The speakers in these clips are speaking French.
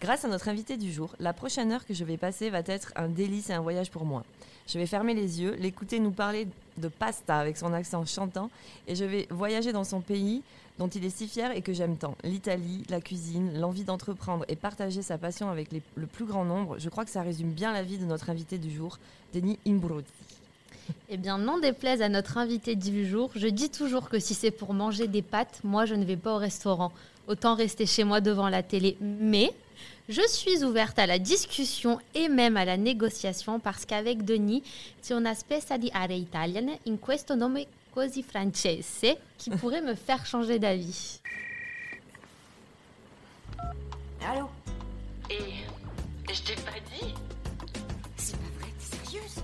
Grâce à notre invité du jour, la prochaine heure que je vais passer va être un délice et un voyage pour moi. Je vais fermer les yeux, l'écouter nous parler de pasta avec son accent chantant et je vais voyager dans son pays dont il est si fier et que j'aime tant. L'Italie, la cuisine, l'envie d'entreprendre et partager sa passion avec les- le plus grand nombre, je crois que ça résume bien la vie de notre invité du jour, Denis Imbruzzi. Eh bien, n'en déplaise à notre invité du jour, je dis toujours que si c'est pour manger des pâtes, moi je ne vais pas au restaurant. Autant rester chez moi devant la télé. Mais je suis ouverte à la discussion et même à la négociation parce qu'avec Denis, c'est una specie di area italiana in questo nome così francese qui pourrait me faire changer d'avis. Allô Et je t'ai pas dit C'est pas vrai, t'es sérieuse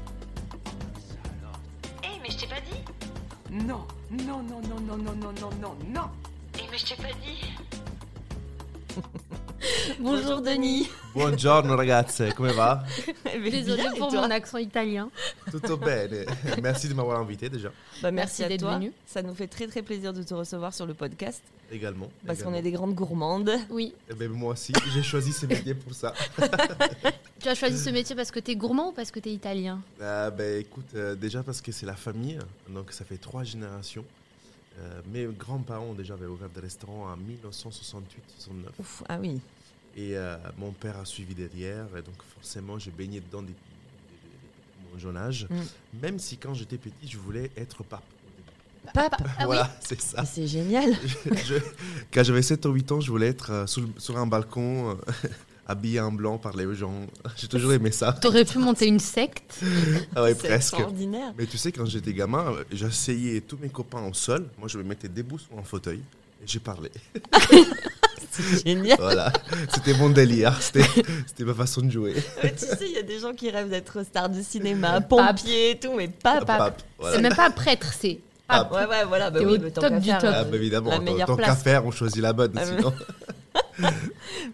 Eh mais je t'ai pas dit Non, non, non, non, non, non, non, non, non, non Eh mais je t'ai pas dit Bonjour Denis. Buongiorno ragazze, come va? Désolée pour mon accent italien. Tutto bene. Merci de m'avoir invité déjà. Bah, Merci merci à d'être toi. venu. Ça nous fait très très plaisir de te recevoir sur le podcast Également. parce qu'on également. est des grandes gourmandes. Oui. Eh ben, moi aussi, j'ai choisi ce métier pour ça. Tu as choisi ce métier parce que t'es gourmand ou parce que t'es italien Ah, ben, écoute, euh, déjà parce que c'est la famille, donc ça fait trois générations. Euh, mes grands-parents déjà avaient ouvert des restaurants en 1968-69 Ouf, ah oui. et euh, mon père a suivi derrière et donc forcément j'ai baigné dedans depuis depuis mon jeune âge, Mm. même si quand j'étais petit je voulais être pape. au début. Pape, Ah oui. voilà, c'est ça. mais c'est génial. Je- quand j'avais 7 ou 8 ans, je voulais être euh, sous le- sur un balcon, euh, habillé en blanc par les gens. J'ai toujours aimé ça. T'aurais pu monter une secte Ah ouais, c'est presque. extraordinaire. Mais tu sais, quand j'étais gamin, euh, j'asseyais tous mes copains au sol. Moi, je me mettais debout sur un fauteuil et j'ai parlé. C'est génial. Voilà. C'était mon délire. C'était c'était ma façon de jouer. Ouais, tu sais, il y a des gens qui rêvent d'être stars de cinéma, pompiers et tout, mais pape. Pape. voilà. C'est même pas prêtre, c'est. Ah, Ouais, ouais, voilà. Bah T'es oui, au mais tant top qu'à du faire, top. euh, Ah, bah, évidemment, la tant- meilleure tant qu'à place. faire, on choisit la bonne. Ah, mais- sinon.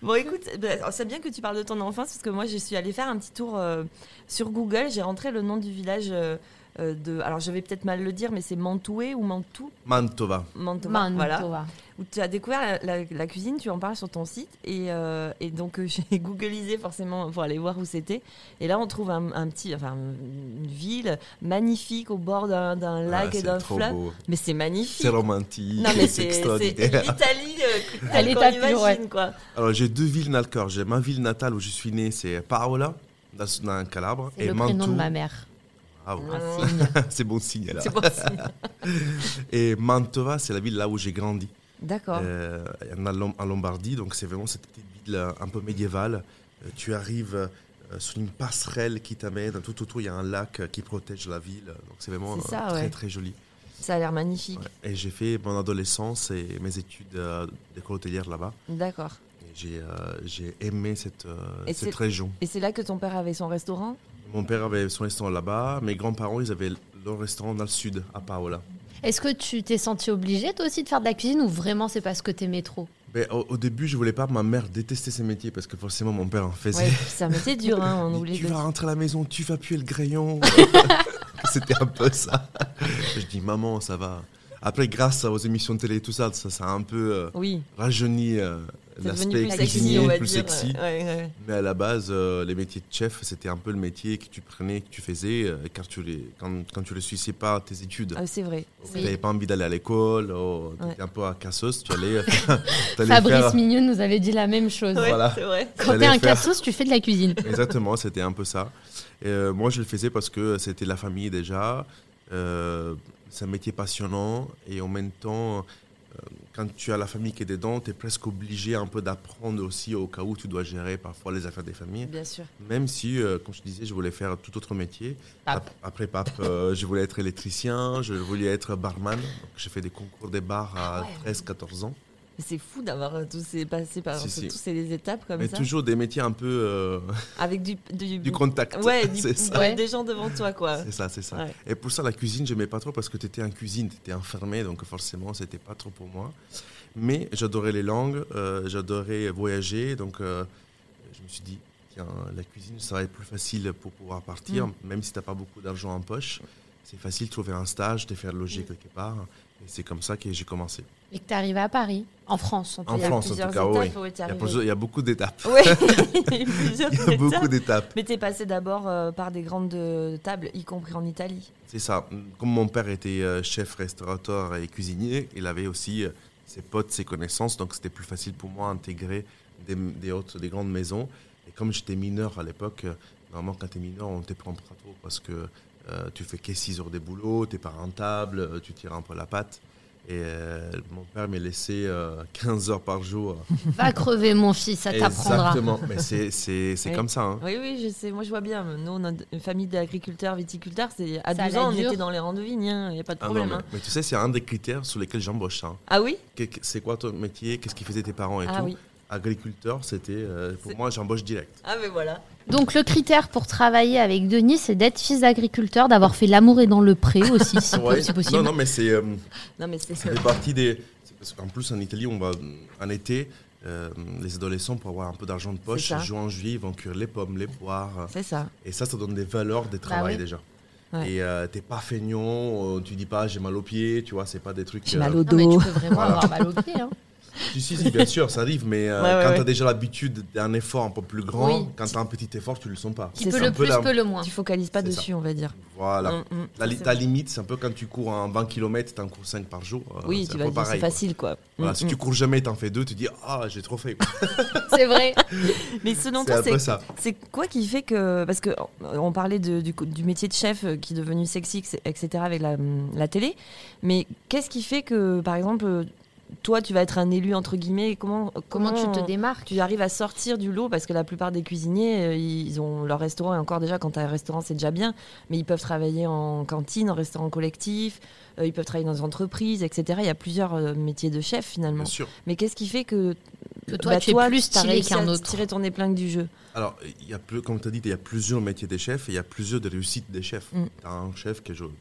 Bon, écoute, bah, c'est bien que tu parles de ton enfance, parce que moi, je suis allée faire un petit tour euh, sur Google. J'ai rentré le nom du village euh, euh, de. Alors, je vais peut-être mal le dire, mais c'est Mantoué ou Mantou Mantova. Mantova. Mantua. Voilà. où tu as découvert la, la- la cuisine, tu en parles sur ton site, et, euh, et donc euh, j'ai googlisé forcément pour aller voir où c'était. Et là, on trouve un, un petit, enfin, une ville magnifique au bord d'un d'un lac Ah, et c'est d'un trop fleuve. beau. Mais c'est magnifique. C'est romantique. Non mais c'est c'est c'est extraordinaire. l'Italie euh, À telle qu'on l'état pur, imagine quoi. Alors j'ai deux villes dans le cœur. J'ai ma ville natale où je suis né, c'est Paola, dans, dans Calabre, C'est le prénom de ma mère. Ah ouais, Un c'est bon signe là. C'est bon signe. Et Mantova, c'est la ville là où j'ai grandi, D'accord. Euh, en, Lom- en Lombardie. Donc c'est vraiment cette petite ville euh, un peu médiévale. Euh, tu arrives euh, sur une passerelle qui t'amène. Tout autour, il y a un lac euh, qui protège la ville. Donc c'est vraiment C'est ça, euh, très ouais. très joli. Ça a l'air magnifique. Ouais. Et j'ai fait mon adolescence et mes études euh, d'école hôtelière là-bas. D'accord. Et J'ai euh, j'ai aimé cette, euh, Et cette c'est- région. Et c'est là que ton père avait son restaurant. Mon père avait son restaurant là-bas, mes grands-parents, ils avaient leur restaurant dans le sud, à Paola. Est-ce que tu t'es senti obligée toi aussi de faire de la cuisine ou vraiment c'est parce que t'aimais trop Mais au, au début, je voulais pas, ma mère détestait ces métiers parce que forcément mon père en faisait. Ouais, c'est un métier dur, hein, on Mais oublie. tu de- vas rentrer à la maison, tu vas puer le crayon. C'était un peu ça. Je dis, maman, ça va. Après, grâce aux émissions de télé et tout ça, ça, ça a un peu euh, Oui, rajeuni euh, c'est devenu l'aspect plus sexy, cuisinier, on va plus dire. euh, sexy. Ouais, ouais. Mais à la base, euh, les métiers de chef, c'était un peu le métier que tu prenais, que tu faisais, euh, car tu les, quand, quand tu ne suissais pas à tes études. Ah, c'est vrai. Tu n'avais pas envie d'aller à l'école, oh, tu Ouais. un peu à cassos, tu allais, euh, t'allais Fabrice faire- Mignot nous avait dit la même chose. Ouais, Voilà. c'est vrai. Quand t'es J'allais un faire- cassos, tu fais de la cuisine. Exactement, c'était un peu ça. Et, euh, moi, je le faisais parce que c'était la famille déjà. euh, c'est un métier passionnant et en même temps, euh, quand tu as la famille qui est dedans, tu es presque obligé un peu d'apprendre aussi au cas où tu dois gérer parfois les affaires des familles. Bien sûr. Même si, euh, comme je te disais, je voulais faire tout autre métier. Pape. Ap- Après pape, euh, je voulais être électricien, je voulais être barman. Donc, J'ai fait des concours des bars Ah à 13-14 ans. Mais C'est fou d'avoir euh, tous ces passé par Si, tous si. ces étapes comme Mais ça, toujours des métiers un peu euh, avec du du, du contact. ouais, du- c'est ça. ouais, des gens devant toi quoi. C'est ça, c'est ça. Ouais. Et pour ça, la cuisine, j'aimais pas trop parce que tu étais en cuisine, tu étais enfermé, donc forcément, c'était pas trop pour moi. Mais j'adorais les langues, euh, j'adorais voyager, donc euh, je me suis dit, Mm. tiens, la cuisine, ça va être plus facile pour pouvoir partir, même si t'as pas beaucoup d'argent en poche. c'est facile de trouver un stage, de faire loger Mm. quelque part. Et c'est comme ça que j'ai commencé. Et que tu arrives à Paris, en France, on peut En Il y a dire. France, en tout plusieurs cas, étapes oui. où t'es Il y a, arrivé. plusieurs- il y a beaucoup d'étapes. Oui, il y a eu plusieurs Il y a beaucoup étapes. d'étapes. Mais t'es passé d'abord euh, par des grandes euh, tables, y compris en Italie. C'est ça. Comme mon père était euh, chef restaurateur et cuisinier, il avait aussi euh, ses potes, ses connaissances, donc c'était plus facile pour moi d'intégrer des, des hautes, des grandes maisons. Et comme j'étais mineur à l'époque, euh, normalement quand tu es mineur, on te prend pas trop parce que euh, tu fais que 6 heures de boulot, tu pas rentable, euh, tu tires un peu la patte. Et euh, mon père m'a laissé euh, 15 heures par jour. Va crever, mon fils, ça t'apprendra. Exactement, mais c'est- c'est c'est Oui. comme ça. hein. Oui, oui, je sais. Moi, je vois bien. Nous, on a une famille d'agriculteurs, viticulteurs. C'est à Ça 12 la ans, on dure. était dans les rangs de vigne. Il n'y a pas de Ah non, problème. mais, hein. mais tu sais, c'est un des critères sur lesquels j'embauche. hein. Ah oui Que- que- c'est quoi ton métier, qu'est-ce qu'ils faisaient tes parents et Ah tout. oui. Agriculteur, c'était euh, pour C'est- moi j'embauche direct. Ah mais voilà. Donc le critère pour travailler avec Denis, c'est d'être fils d'agriculteur, d'avoir fait l'amour et dans le pré aussi, si Ouais. c'est possible. Non non mais c'est euh, Non mais c'est ça fait partie des c'est parce qu'en plus en Italie on va en été euh, les adolescents pour avoir un peu d'argent de poche C'est ça. juin juillet ils vont cuire les pommes les poires euh, c'est ça. et ça ça donne des valeurs des travail oui. déjà. Ouais. Et euh, t'es pas feignant, euh, tu dis pas j'ai mal aux pieds, tu vois, c'est pas des trucs. J'ai euh, mal au Non, mais dos. tu peux vraiment Voilà. avoir mal au pied. hein. Si, si, si, bien sûr, ça arrive, mais euh, Ouais, ouais, quand ouais. t'as déjà l'habitude d'un effort un peu plus grand, Oui. quand t'as un petit effort, tu le sens pas. Qui Qui C'est peut un le peu plus, la- peut le moins. Tu focalises pas C'est ça. dessus, on va dire. Voilà. Mm, mm, La, ça, li- c'est ta vrai. limite, c'est un peu quand tu cours en 20 km, t'en cours 5 par jour. euh, Oui, c'est tu un vas peu dire c'est quoi. facile quoi. Voilà, Mm, si mm. tu cours jamais et t'en fais deux, tu dis Ah, j'ai trop fait. quoi. C'est vrai. Mais selon C'est toi, un c'est peu ça. C'est quoi qui fait que. Parce que euh, on parlait de- du, co- du métier de chef euh, qui est devenu sexy, ex- etc., avec la, hum, la télé. Mais qu'est-ce qui fait que, par exemple, euh, toi, tu vas être un élu, entre guillemets et Comment, Comment tu te euh, démarques tu arrives à sortir du lot parce que la plupart des cuisiniers, euh, ils ont leur restaurant et encore déjà quand tu as un restaurant c'est déjà bien, mais ils peuvent travailler en cantine, en restaurant collectif, euh, ils peuvent travailler dans des entreprises, etc. Il y a plusieurs euh, métiers de chef finalement. Bien sûr. Mais qu'est-ce qui fait que, Que toi, tu es plus t'as stylé réussi à qu'un autre. Tirer ton épingle du jeu. Alors, il y a plus, comme tu as dit, il y a plusieurs métiers des chefs et il y a plusieurs de réussites des chefs. Mm. T'as un chef qui est jaune.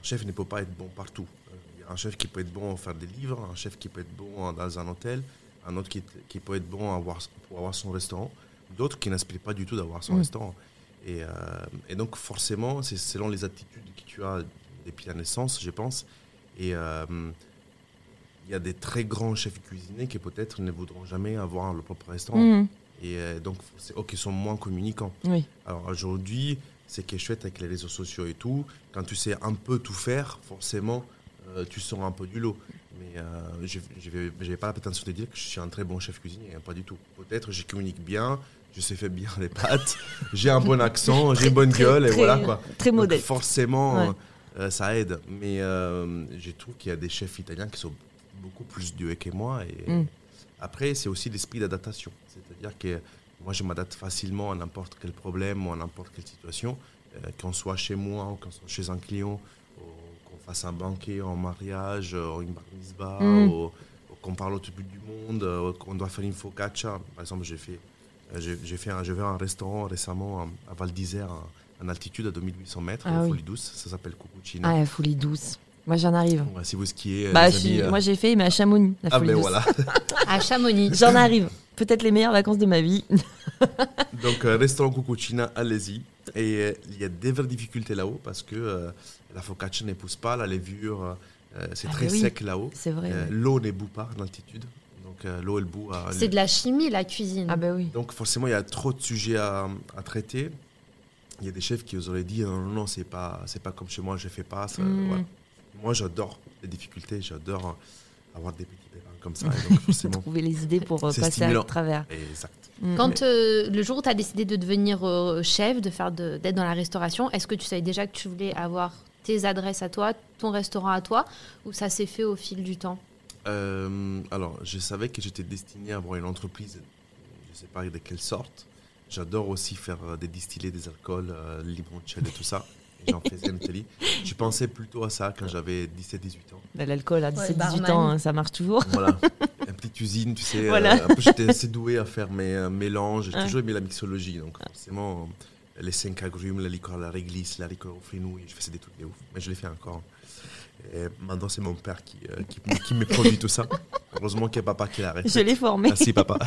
Un chef ne peut pas être bon partout. Euh, Il y a un chef qui peut être bon à faire des livres, un chef qui peut être bon dans un hôtel, un autre qui, est- qui peut être bon à avoir, pour avoir son restaurant, d'autres qui n'aspirent pas du tout d'avoir son Mm. restaurant. Et, euh, et donc, forcément, c'est selon les attitudes que tu as depuis la naissance, je pense. Et euh, il y a des très grands chefs cuisiniers qui peut-être ne voudront jamais avoir leur propre restaurant. Mhm. Et euh, donc, c'est eux qui sont moins communicants. Oui. Alors aujourd'hui, c'est qui est chouette avec les réseaux sociaux et tout. Quand tu sais un peu tout faire, forcément, euh, tu sors un peu du lot. Mais euh, je n'avais pas la prétention de dire que je suis un très bon chef cuisinier, hein, pas du tout. Peut-être je communique bien, je sais faire bien les pâtes, j'ai un bon accent, j'ai une bonne très- gueule et très- voilà quoi. Très Donc, modeste. Forcément, Ouais. euh, ça aide. Mais euh, je trouve qu'il y a des chefs italiens qui sont beaucoup plus doués que moi. Et Mm. Après, c'est aussi l'esprit d'adaptation. C'est-à-dire que moi, je m'adapte facilement à n'importe quel problème ou à n'importe quelle situation. Euh, qu'on soit chez moi ou qu'on soit chez un client, ou qu'on fasse un banquet, un mariage, euh, ou une bar mitzvah, Mm. ou, ou qu'on parle au tout bout du monde, euh, ou qu'on doit faire une focaccia. Par exemple, j'ai fait, euh, j'ai, j'ai fait un, j'ai ouvert un restaurant récemment à, à Val d'Isère, en, en altitude à 2800 mètres, Ah au oui. Folie Douce. Ça s'appelle Cucuccino. Ah, la folie douce. Moi, j'en arrive. Ouais, si vous skiez, Bah, les je suis- amis, euh, Moi, j'ai fait, mais à Chamonix, la ah folie ben douce. voilà. À Chamonix. J'en arrive. Peut-être les meilleures vacances de ma vie. Donc, euh, restaurant Cucuccina, allez-y. Et euh, il y a des vraies difficultés là-haut parce que euh, la focaccia ne pousse pas, la levure, euh, c'est Ah, très bah oui. sec là-haut. C'est vrai. Euh, ouais. l'eau ne bout pas en altitude. Donc, euh, l'eau, elle bout. à- C'est de la chimie, la cuisine. Ah, bah oui. Donc, forcément, il y a trop de sujets à, à traiter. Il y a des chefs qui auraient dit non, non, non, c'est pas, c'est pas comme chez moi, je fais pas. ça, Mm. voilà. Moi, j'adore les difficultés, j'adore avoir des petits débats comme ça. Et donc, forcément, Trouver les idées pour euh, C'est passer à stimulant. travers. exact. Mm. Quand euh, le jour où tu as décidé de devenir euh, chef, de faire de- d'être dans la restauration, est-ce que tu savais déjà que tu voulais avoir tes adresses à toi, ton restaurant à toi, ou ça s'est fait au fil du temps Euh, alors, je savais que j'étais destiné à avoir une entreprise, je ne sais pas de quelle sorte. J'adore aussi faire euh, des distillés, des alcools, euh, limoncello et tout ça. Et J'en faisais une télé. Je pensais plutôt à ça quand j'avais 17-18 ans. Bah, L'alcool à 17-18 barman. ans, hein, ça marche toujours. Voilà, une petite usine, tu sais. euh, Voilà. en plus, J'étais assez doué à faire mes euh, mélanges. J'ai Ouais. toujours aimé la mixologie. Donc, forcément, euh, les cinq agrumes, la liqueur à la réglisse, la liqueur au fenouil, je faisais des trucs de ouf. Mais je les fais encore. Et maintenant, c'est mon père qui, euh, qui, qui me produit tout ça. Heureusement qu'il y a papa qui l'arrête. Je l'ai formé. Merci, papa.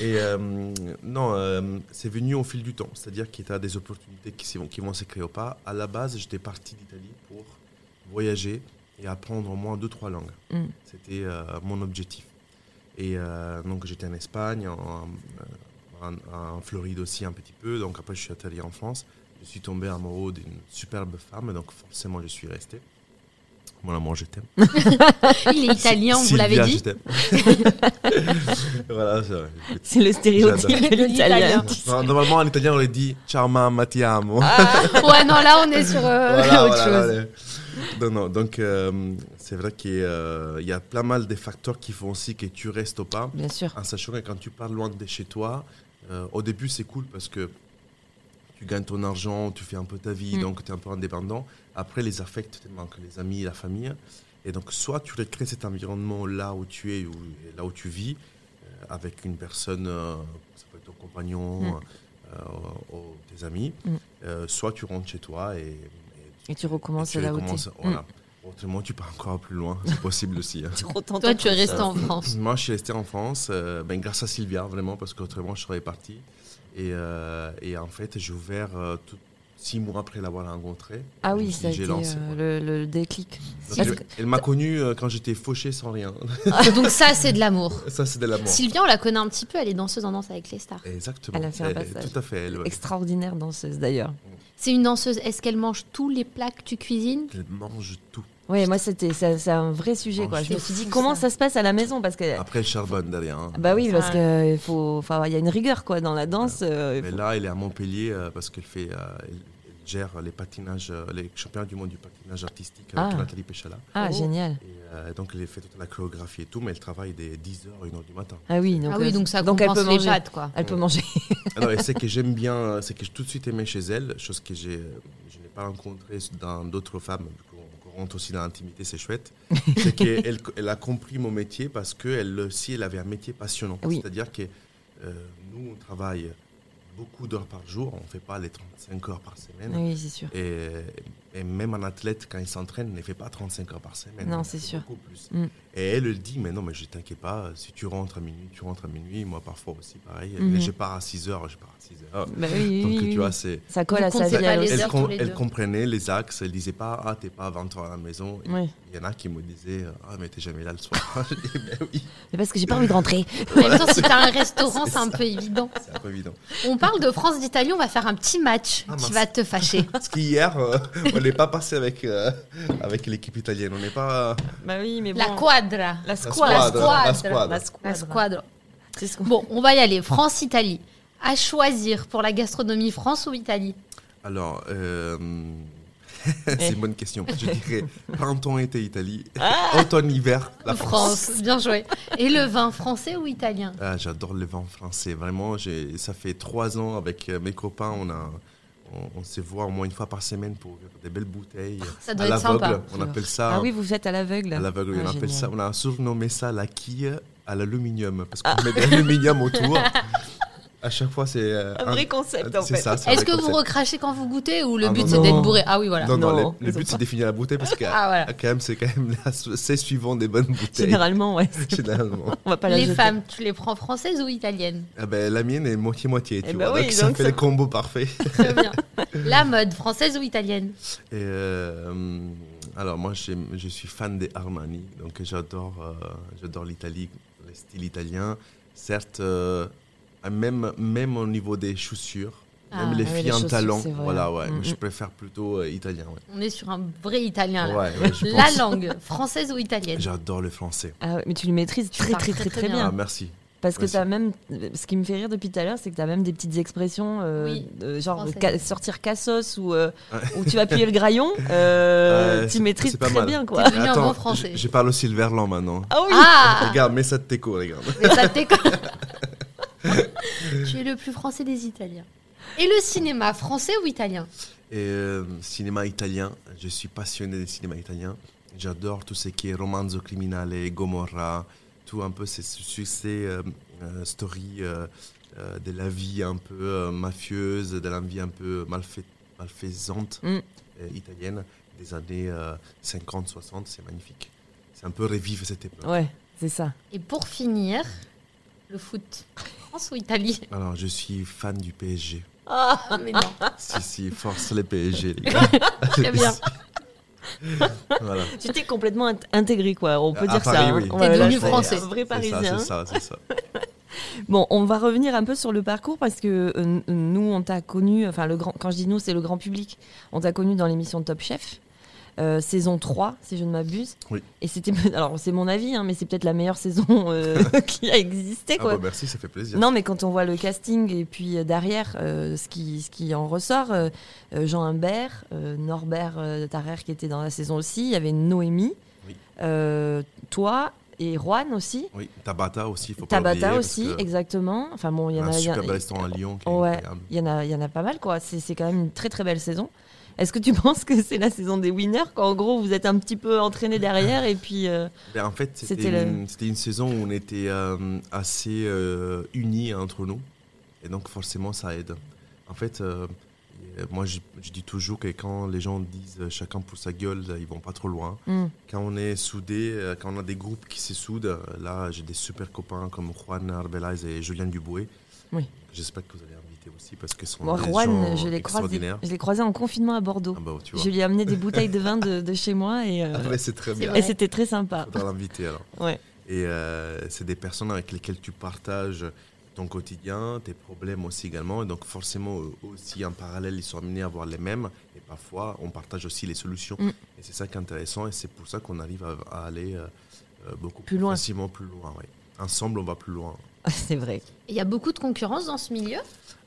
Et euh, non, euh, c'est venu au fil du temps. C'est-à-dire qu'il y a des opportunités qui, s'y vont- qui vont se créer ou pas. À la base, j'étais parti d'Italie pour voyager et apprendre au moins deux, trois langues. Mm. C'était euh, mon objectif. Et euh, donc, j'étais en Espagne, en, en- en Floride aussi un petit peu. Donc, après, je suis atterri en France. Je suis tombé amoureux d'une superbe femme. Donc, forcément, je suis resté. Mon amour, je t'aime. Il est italien, vous Sylvia, l'avez je dit. t'aime. voilà, c'est vrai. C'est le stéréotype J'adore. de l'italien. L'italien. Non, Normalement, en italien, on le dit Charma Mattiamo. Ouais, non, là, on est sur euh, Voilà, Ah, autre voilà, chose. voilà. Non, non, donc euh, c'est vrai qu'il y a, euh, il y a pas mal de facteurs qui font aussi que tu restes ou pas, Bien sûr. en sachant que quand tu pars loin de chez toi, euh, au début c'est cool parce que tu gagnes ton argent, tu fais un peu ta vie, Mm. donc tu es un peu indépendant. Après, les affects te manquent, les amis, la famille. Et donc, soit tu recrées cet environnement là où tu es, où, là où tu vis, euh, avec une personne, euh, ça peut être ton compagnon, Mm. euh, ou- ou tes amis, Mm. euh, soit tu rentres chez toi et, Et tu recommences là où t'es. recommences, Voilà. Autrement, tu pars encore plus loin, c'est possible aussi. hein. Toi, tu es resté en France. Moi, je suis resté en France, euh, ben, grâce à Sylvia, vraiment, parce qu'autrement, je serais parti. Et, euh, et en fait, j'ai ouvert euh, tout- six mois après l'avoir rencontrée. Ah Je me oui, suis ça a dit, j'ai été lancé, euh, quoi. le, le déclic. Donc, parce elle que- elle m'a connu euh, quand j'étais fauché sans rien. Donc ça, c'est de l'amour. Ça, c'est de l'amour. Sylvia, on la connaît un petit peu, elle est danseuse en danse avec les stars. Exactement. Elle a fait un Eh, passage. Tout à fait. Elle, ouais. Extraordinaire danseuse d'ailleurs. C'est une danseuse, est-ce qu'elle mange tous les plats que tu cuisines Elle mange tout. Oui, moi c'était ça- c'est un vrai sujet Oh, quoi. Je me c'est suis dit fou, comment ça. ça se passe à la maison parce que Après, elle charbonne derrière. hein. bah oui parce Ah. que il faut enfin il y a une rigueur quoi dans la danse. euh, il Mais faut- là, elle est à Montpellier euh, parce qu'elle fait, euh, elle, elle gère les patinages, euh, les championnats du monde du patinage artistique euh, avec Ah. Nathalie Péchala. Ah Oh. génial. Et euh, donc, elle fait toute la chorégraphie et tout, mais elle travaille des 10h, 1h du matin. Ah oui donc Ah oui, euh, donc ça donc elle compense peut les manger. pâtes, quoi. Elle peut manger. Alors, Ah et ce que j'aime bien, euh, c'est que j'ai tout de suite aimé chez elle, chose que j'ai, je n'ai pas rencontrée dans d'autres femmes, vu qu'on- qu'on rentre aussi dans l'intimité, c'est chouette, c'est qu'elle elle a compris mon métier parce qu'elle aussi, elle avait un métier passionnant. Oui. C'est-à-dire que euh, nous, on travaille beaucoup d'heures par jour, on ne fait pas les 35 heures par semaine. Oui c'est sûr. Et, et même un athlète, quand il s'entraîne, ne fait pas 35 heures par semaine. Non, Il en c'est fait sûr. Beaucoup plus. Mm. Et elle le dit, mais non, mais je t'inquiète pas, si tu rentres à minuit, tu rentres à minuit. Moi, parfois aussi, pareil. Mhm. Mais je pars à 6 heures, je pars à 6 heures. Bah oui, oui, Donc, oui, oui. tu vois, c'est. ça colle Vous à sa comptez vie. pas elle les aussi. Elle, heures com- tous les elle deux. comprenait les axes, elle disait pas Ah, t'es pas à 20 heures à la maison. Il Ouais. y en a qui me disaient Ah, mais t'es jamais là le soir. Je dis, Mais oui, Mais parce que j'ai pas envie de rentrer. En même temps, si t'as un restaurant, c'est un peu évident. c'est un peu évident. On parle de France-d'Italie, on va faire un petit match Ah, qui mince. va te fâcher. Parce qu'hier, euh, on n'est pas passé avec, euh, avec l'équipe italienne. On n'est pas. Bah oui mais La quadra. La La squad. squadra. La squadra. La La squad. squadra. C'est ce qu'on- Bon, on va y aller. France-Italie. À choisir pour la gastronomie France ou Italie Alors, euh, c'est une bonne question. Je dirais printemps-été Italie, Ah automne-hiver la France. Bien joué. Et le vin français ou italien Ah, J'adore le vin français. Vraiment, j'ai- ça fait trois ans avec euh, mes copains, on a. On, on se voit au moins une fois par semaine pour ouvrir des belles bouteilles. Ça doit à être l'aveugle, sympa. on appelle ça. Ah oui vous faites à l'aveugle. à l'aveugle, Ah, on appelle génial. Ah. ça. On a surnommé ça la quille à l'aluminium parce qu'on met de l'aluminium autour. À chaque fois, c'est euh, Un vrai concept c'est en fait. ça, c'est un Est-ce que vrai vous concept. recrachez quand vous goûtez ou le Ah, but non, c'est non. d'être bourré Ah oui, voilà. Non, non, Non, ils le, le ont but c'est de définir la bouteille parce que Ah, voilà. quand même, c'est quand même la- c'est suivant des bonnes bouteilles. Généralement ouais. Généralement. On va pas la Les jeter. femmes, tu les prends françaises ou italiennes Ah ben, la mienne est moitié-moitié, tu Eh ben vois. oui, donc, ça donc fait ça- le combo parfait. Très bien. La mode, française ou italienne Et, euh, alors, moi, j'aime- je suis fan des Armani. Donc, j'adore euh, j'adore l'Italie, le style italien. Certes, euh, même, même au niveau des chaussures, Ah, même les oui, les filles en chaussures, talons. c'est vrai. Voilà, ouais. Mm, Je mm. Ah, préfère plutôt euh, italien. Ouais. On est sur un vrai italien là. Ouais, ouais, je La pense. langue, française ou italienne J'adore le français. Ah ouais, mais tu le maîtrises très parles très très très bien. Ah, merci. Parce que Merci. t'as même, ce qui me fait rire depuis tout à l'heure, c'est que tu as même des petites expressions, euh, Oui, euh, genre françaises. ca- sortir cassos ou, euh, Ouais. ou tu vas appuyer le graillon, euh, Ouais, tu c'est- maîtrises c'est pas très mal. bien quoi. T'es devenu un bon Attends, français. je, je parle aussi le verlan maintenant. Ah oui Ah Regarde, mets ça de tes cours, regarde. Mais ça t'est con- Tu es le plus français des Italiens. Et le cinéma, français ou italien Et euh, cinéma italien, je suis passionné de cinéma italien. J'adore tout ce qui est Romanzo Criminale, Gomorra, tout un peu ces su- succès, euh, euh, story euh, euh, de la vie un peu euh, mafieuse, de la vie un peu malfait- malfaisante Mm. euh, italienne des années 50-60. C'est magnifique. C'est un peu revivre cette époque. Ouais, c'est ça. Et pour finir, le foot. France ou Italie Alors, je suis fan du PSG. Oh. Ah, mais non, Si, si, force les PSG, les gars. très bien. Voilà. Tu t'es complètement int- intégré, quoi. On peut Euh, À dire Paris, ça. oui. Hein. T'es Voilà, devenu c'est français. Un vrai C'est parisien. ça, c'est ça, c'est ça. Bon, on va revenir un peu sur le parcours parce que euh, nous, on t'a connu, enfin, le grand, quand je dis nous, c'est le grand public. On t'a connu dans l'émission Top Chef, euh, saison 3, si je ne m'abuse. Oui. Et c'était, alors c'est mon avis, hein, mais c'est peut-être la meilleure saison euh, qui a existé, Ah quoi. bah, merci, ça fait plaisir. Non, mais quand on voit le casting et puis euh, derrière euh, ce, qui, ce qui en ressort, euh, euh, Jean Humbert, euh, Norbert euh, Tarrer qui était dans la saison aussi, il y avait Noémie, Oui. euh, toi et Juan aussi, Oui, Tabata aussi, faut pas l'oublier. Tabata parce aussi, que exactement. Enfin bon, il y en un a, il y en super a- bel restaurant à Lyon qui est Ouais. incroyable. il y en a, il y en a pas mal quoi. C'est c'est quand même une très très belle saison. Est-ce que tu penses que c'est la saison des winners quand en gros vous êtes un petit peu entraîné derrière et puis euh, Ben, en fait, c'était C'était le- une, c'était une saison où on était euh, assez euh, unis entre nous. Et donc, forcément, ça aide. En fait, euh, euh, moi, je, je dis toujours que quand les gens disent euh, chacun pour sa gueule, euh, ils vont pas trop loin. hmm, Quand on est soudés, euh, quand on a des groupes qui se soudent, euh, là, j'ai des super copains comme Juan Arbelaz et Julien Duboué. Oui. J'espère que vous allez inviter aussi parce que ce sont moi, des Juan, gens je l'ai croisé, extraordinaires. je l'ai croisé en confinement à Bordeaux. Ah bah, tu vois. Je lui ai amené des bouteilles de vin de, de chez moi et, euh, Ah ouais, c'est très C'est bien. vrai. et c'était très sympa. Faudra l'inviter alors. Ouais. Et euh, c'est des personnes avec lesquelles tu partages ton quotidien, tes problèmes aussi également. Et donc forcément eux aussi en parallèle, ils sont amenés à voir les mêmes. Et parfois, on partage aussi les solutions. Mm. Et c'est ça qui est intéressant. Et c'est pour ça qu'on arrive à, à aller euh, euh, beaucoup Plus loin. facilement plus loin. ouais. Ensemble, on va plus loin. C'est vrai. Il y a beaucoup de concurrence dans ce milieu.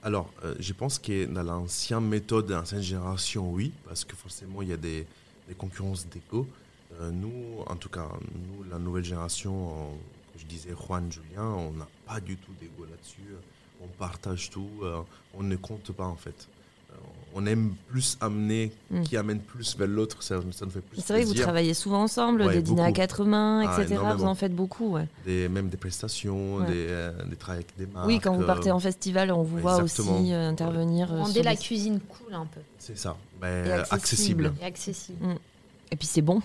Alors, euh, je pense que dans l'ancienne méthode, dans l'ancienne génération, oui, parce que forcément, il y a des, des concurrences d'égo. Euh, nous, en tout cas, nous, la nouvelle génération, on- comme je disais Juan, Julien, on n'a pas du tout d'égo là-dessus. On partage tout, euh, on ne compte pas en fait. Euh, on aime plus amener, Mm. qui amène plus vers l'autre, ça, ça nous fait plus C'est vrai que vous plaisir. travaillez souvent ensemble, Ouais, des dîners à beaucoup. quatre mains, Ah, etc. vous énormément. en faites beaucoup. ouais. Des- même des prestations, Ouais. des, euh, des travails avec des marques. oui, quand vous euh, partez en festival, on vous voit exactement. aussi euh, intervenir. euh, Rendez sur la les- cuisine cool un peu C'est ça, mais Et accessible. accessible. et accessible. Et puis c'est bon,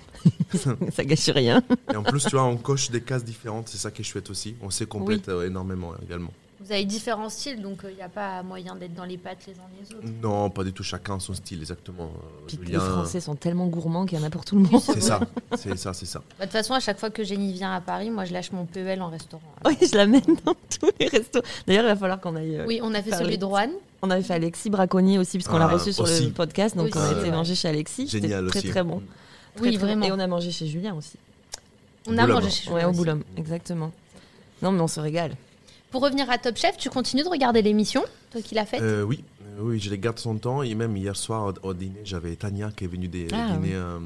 ça gâche rien. Et en plus, tu vois, on coche des cases différentes, c'est ça qui est chouette aussi. On se complète euh, énormément euh, également. Vous avez différents styles, donc euh, il n'y a pas moyen d'être dans les pattes les uns les autres. Non, pas du tout, chacun son style, exactement. Euh, Puis les Julien, Français sont tellement gourmands qu'il y en a pour tout le monde. C'est ça, c'est ça, c'est ça. Bah, De toute façon, à chaque fois que Jenny vient à Paris, moi je lâche mon PEL en restaurant. Alors, Oui, je l'amène dans tous les restos. D'ailleurs, il va falloir qu'on aille. euh, Oui, on a fait Paris. celui de Rouen. On avait fait Alexis Braconnier aussi, puisqu'on l'a Ah, reçu sur le aussi. podcast. Donc Aussi, on a été ouais. manger chez Alexis. C'était Génial très aussi. très bon. Très, Oui, très bon. vraiment. Et on a mangé chez Julien aussi. On a Boulogne. mangé chez Ouais, Julien au aussi. Boulogne, exactement. Non, mais on se régale. Pour revenir à Top Chef, tu continues de regarder l'émission, toi qui l'as faite Euh, oui, euh, oui, je les garde son temps. Et même hier soir, au, au dîner, j'avais Tania qui est venue des, Ah, dîner oui. euh,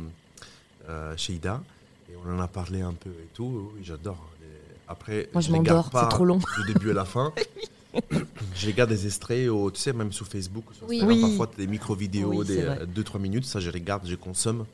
euh, chez Ida. Et on en a parlé un peu et tout. Oui, j'adore. Et Après, Moi, je les m'endors, garde pas c'est trop long. Du début à la fin. je les garde des extraits, au- tu sais, même sur Facebook, sur Oui. Instagram, Oui. parfois t'as des micro-vidéos, Oui, c'est des vrai. 2-3 minutes. Ça, je les garde, je consomme.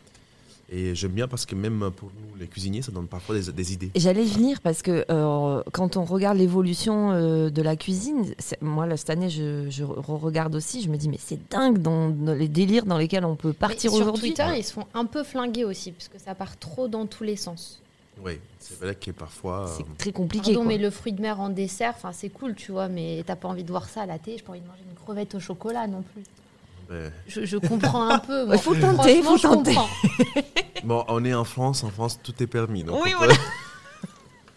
Et j'aime bien parce que même pour nous, les cuisiniers, ça donne parfois des, des idées. Et J'allais y venir parce que euh, quand on regarde l'évolution euh, de la cuisine, c'est- moi, là, cette année, je, je regarde aussi, je me dis, mais c'est dingue dans, dans les délires dans lesquels on peut Mais partir Sur aujourd'hui. Twitter, ils se font un peu flinguer aussi, parce que ça part trop dans tous les sens. Oui, c'est vrai que parfois. euh, C'est très compliqué. Pardon, quoi. mais le fruit de mer en dessert, enfin c'est cool, tu vois, mais t'as pas envie de voir ça à la télé, j'ai pas envie de manger une crevette au chocolat non plus. ben, Je, je comprends un peu. Ouais, faut tenter, franchement, faut je tenter. comprends. Bon, on est en France, en France, tout est permis. donc Oui, on peut-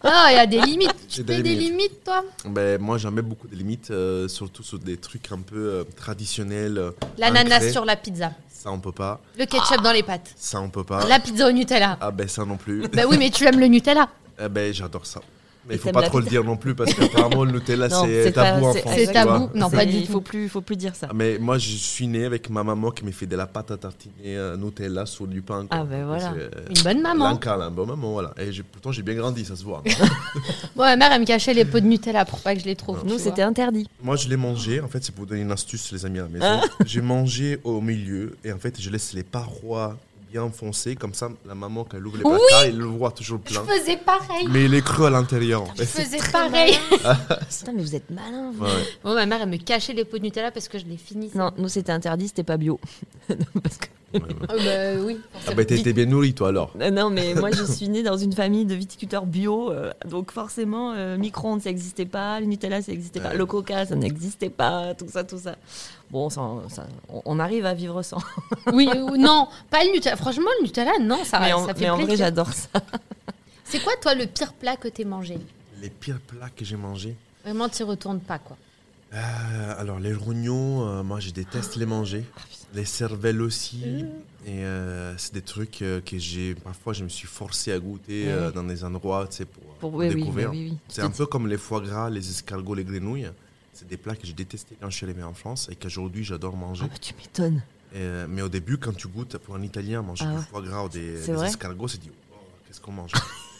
voilà. Ah, il y a des limites. Tu J'ai fais des des limites. limites, toi Ben, moi, j'en mets beaucoup de limites, euh, surtout sur des trucs un peu euh, traditionnels. euh, L'ananas ancrés. sur la pizza. Ça, on peut pas. Le ketchup dans les pâtes. Ça, on peut pas. La pizza au Nutella. Ah, ben, ça non plus. Bah oui, mais tu aimes le Nutella. Eh ben, j'adore ça. Mais Et il faut t'aimes pas la trop le pizza. dire non plus, parce qu'apparemment, le Nutella, Non, Ah, c'est tabou hein, pas- en France. c'est tu tabou. vois. Non, pas du Il tout. faut plus, faut plus dire ça. Ah, Mais moi, je suis né avec ma maman qui me fait de la pâte à tartiner euh, Nutella sur du pain. quoi. Ah, ben, voilà. C'est, euh, Une bonne maman. Lanka, là, un bon maman, voilà. Et j'ai- pourtant, j'ai bien grandi, ça se voit. hein. Moi, ma mère, elle me cachait les pots de Nutella pour pas que je les Ah, trouve. Nous, tu vois. c'était interdit. Moi, je l'ai mangé. En fait, c'est pour vous donner une astuce, les amis, à la Hein maison. J'ai mangé au milieu et en fait, je laisse les parois bien foncées. Comme ça, la maman, quand elle ouvre les Oui. placards, elle le voit toujours Je plein. faisais pareil. Mais il est creux à l'intérieur. en Je fait. faisais pareil. Putain, mais vous êtes malin. vous. Ouais, ouais. Bon, ma mère, elle me cachait les pots de Nutella parce que je les finissais. Non, nous, c'était interdit, c'était pas bio. Parce que Ouais, ouais. Ah, bah, oui. Ah bah t'étais bien nourri toi alors. Euh, Non, mais moi, je suis née dans une famille de viticulteurs bio. euh, donc, forcément, euh, micro-ondes, ça n'existait pas. Le Nutella, ça n'existait pas. Ouais. Le coca, ça n'existait pas. Tout ça, tout ça. Bon, on s'en- ça- on, on arrive à vivre sans. bah. Oui, euh, ou- non, pas le Nutella. Franchement, le Nutella, non, ça, mais en, Ah ça fait mais en vrai, plaisir. j'adore ça. C'est quoi, toi, le pire plat que t'aies mangé Les pires plats que j'ai mangés. Vraiment, t'y retournes pas, quoi. Euh, alors les rognons, euh, moi je déteste les manger. Ah, Les cervelles aussi. Et euh, c'est des trucs euh, que j'ai parfois je me suis forcé à goûter Ouais. euh, dans des endroits, tu sais, pour, euh, Pour, pour oui, oui, oui, découvrir. oui, oui. C'est un peu comme les foie gras, les escargots, les grenouilles. C'est des plats que j'ai détestés quand je suis arrivé en France et qu'aujourd'hui j'adore manger. Ah bah, tu m'étonnes. Euh, mais au début, quand tu goûtes pour un Italien manger Ah du ouais. foie gras ou des, C'est des vrai escargots, c'est dit oh, qu'est-ce qu'on mange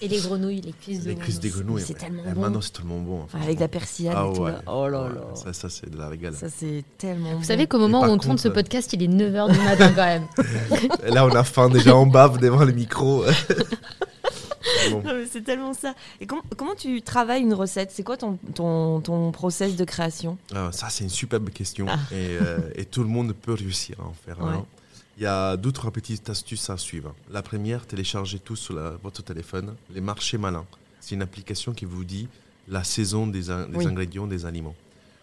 Et les grenouilles, les cuisses de Les cuisses des grenouilles. grenouilles. c'est mais- tellement eh, bon. Maintenant, c'est tellement bon. Enfin, Avec la persillade Ah et tout. ouais. là. Oh là Ouais, là. Ça, ça c'est de la régalade. Ça, c'est tellement. Vous bon. savez qu'au moment où par on tourne contre, ce euh, podcast, il est 9h du matin quand même. Et Là, on a faim déjà, on bave devant le micro. Bon. Non, mais C'est tellement ça. Et com- comment tu travailles une recette C'est quoi ton, ton, ton process de création Euh, ça, c'est une superbe question. Ah. Et, euh, et tout le monde peut réussir à en faire Ouais. un. Il y a deux, trois petites astuces à suivre. La première, téléchargez tous sur la- votre téléphone les marchés malins. C'est une application qui vous dit la saison des, in- des Oui. ingrédients des aliments.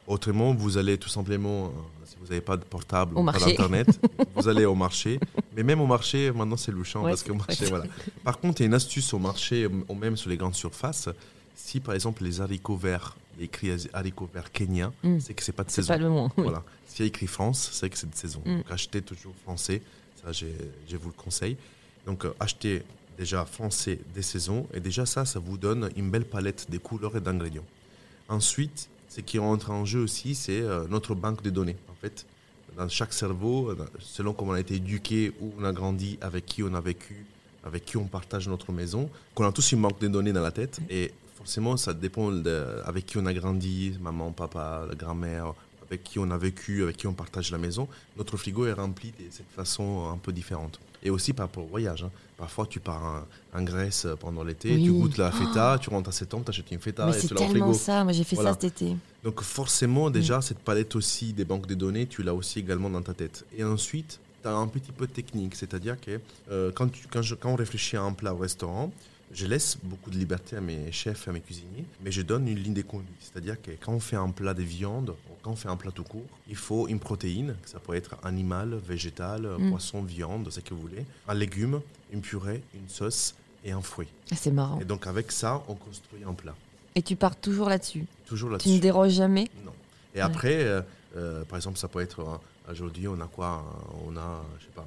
Autrement, vous allez tout simplement, euh, si vous n'avez pas de portable Au ou pas marché. d'internet, vous allez au marché. Mais même au marché, maintenant c'est louchant Ouais, parce que c'est au marché, voilà. Par contre, il y a une astuce au marché ou même sur les grandes surfaces. Si par exemple les haricots verts, il y a écrit haricots verts Kenya, Mm. c'est que c'est pas de C'est saison. pas le moment. oui. Voilà. S'il y a écrit France, c'est que c'est de saison. Mm. Donc achetez toujours français, ça je, je vous le conseille. Donc euh, achetez déjà français des saisons et déjà ça, ça vous donne une belle palette des couleurs et d'ingrédients. Ensuite, ce qui rentre en jeu aussi, c'est euh, notre banque de données. En fait, dans chaque cerveau, euh, selon comment on a été éduqué, où on a grandi, avec qui on a vécu, avec qui on partage notre maison, qu'on a tous une banque de données dans la tête. Et forcément, ça dépend de, avec qui on a grandi, maman, papa, la grand-mère, avec qui on a vécu, avec qui on partage la maison. Notre frigo est rempli de cette façon euh, un peu différente. Et aussi par rapport au voyage. hein. Parfois, tu pars en, en Grèce euh, pendant l'été, Oui. Ah. tu goûtes la feta, tu rentres à septembre, tu achètes une feta Mais et c'est tu l'as au tellement frigo. ça. Moi, j'ai fait Voilà. ça cet été. Donc forcément, déjà, cette palette aussi des banques de données, tu l'as aussi également dans ta tête. Et ensuite, tu as un petit peu de technique, c'est-à-dire que euh, quand, tu, quand, je, quand on réfléchit à un plat au restaurant, je laisse beaucoup de liberté à mes chefs, à mes cuisiniers, mais je donne une ligne de conduite. C'est-à-dire que quand on fait un plat de viande, ou quand on fait un plat tout court, il faut une protéine, que ça peut être animal, végétal, Mm. poisson, viande, ce que vous voulez, un légume, une purée, une sauce et un fruit. Ah, C'est marrant. Et donc avec ça, on construit un plat. Et tu pars toujours là-dessus. Toujours là-dessus. Tu ne déroges jamais. Non. Et après, euh, euh, par exemple, ça peut être euh, aujourd'hui, on a quoi euh, On a, je sais pas,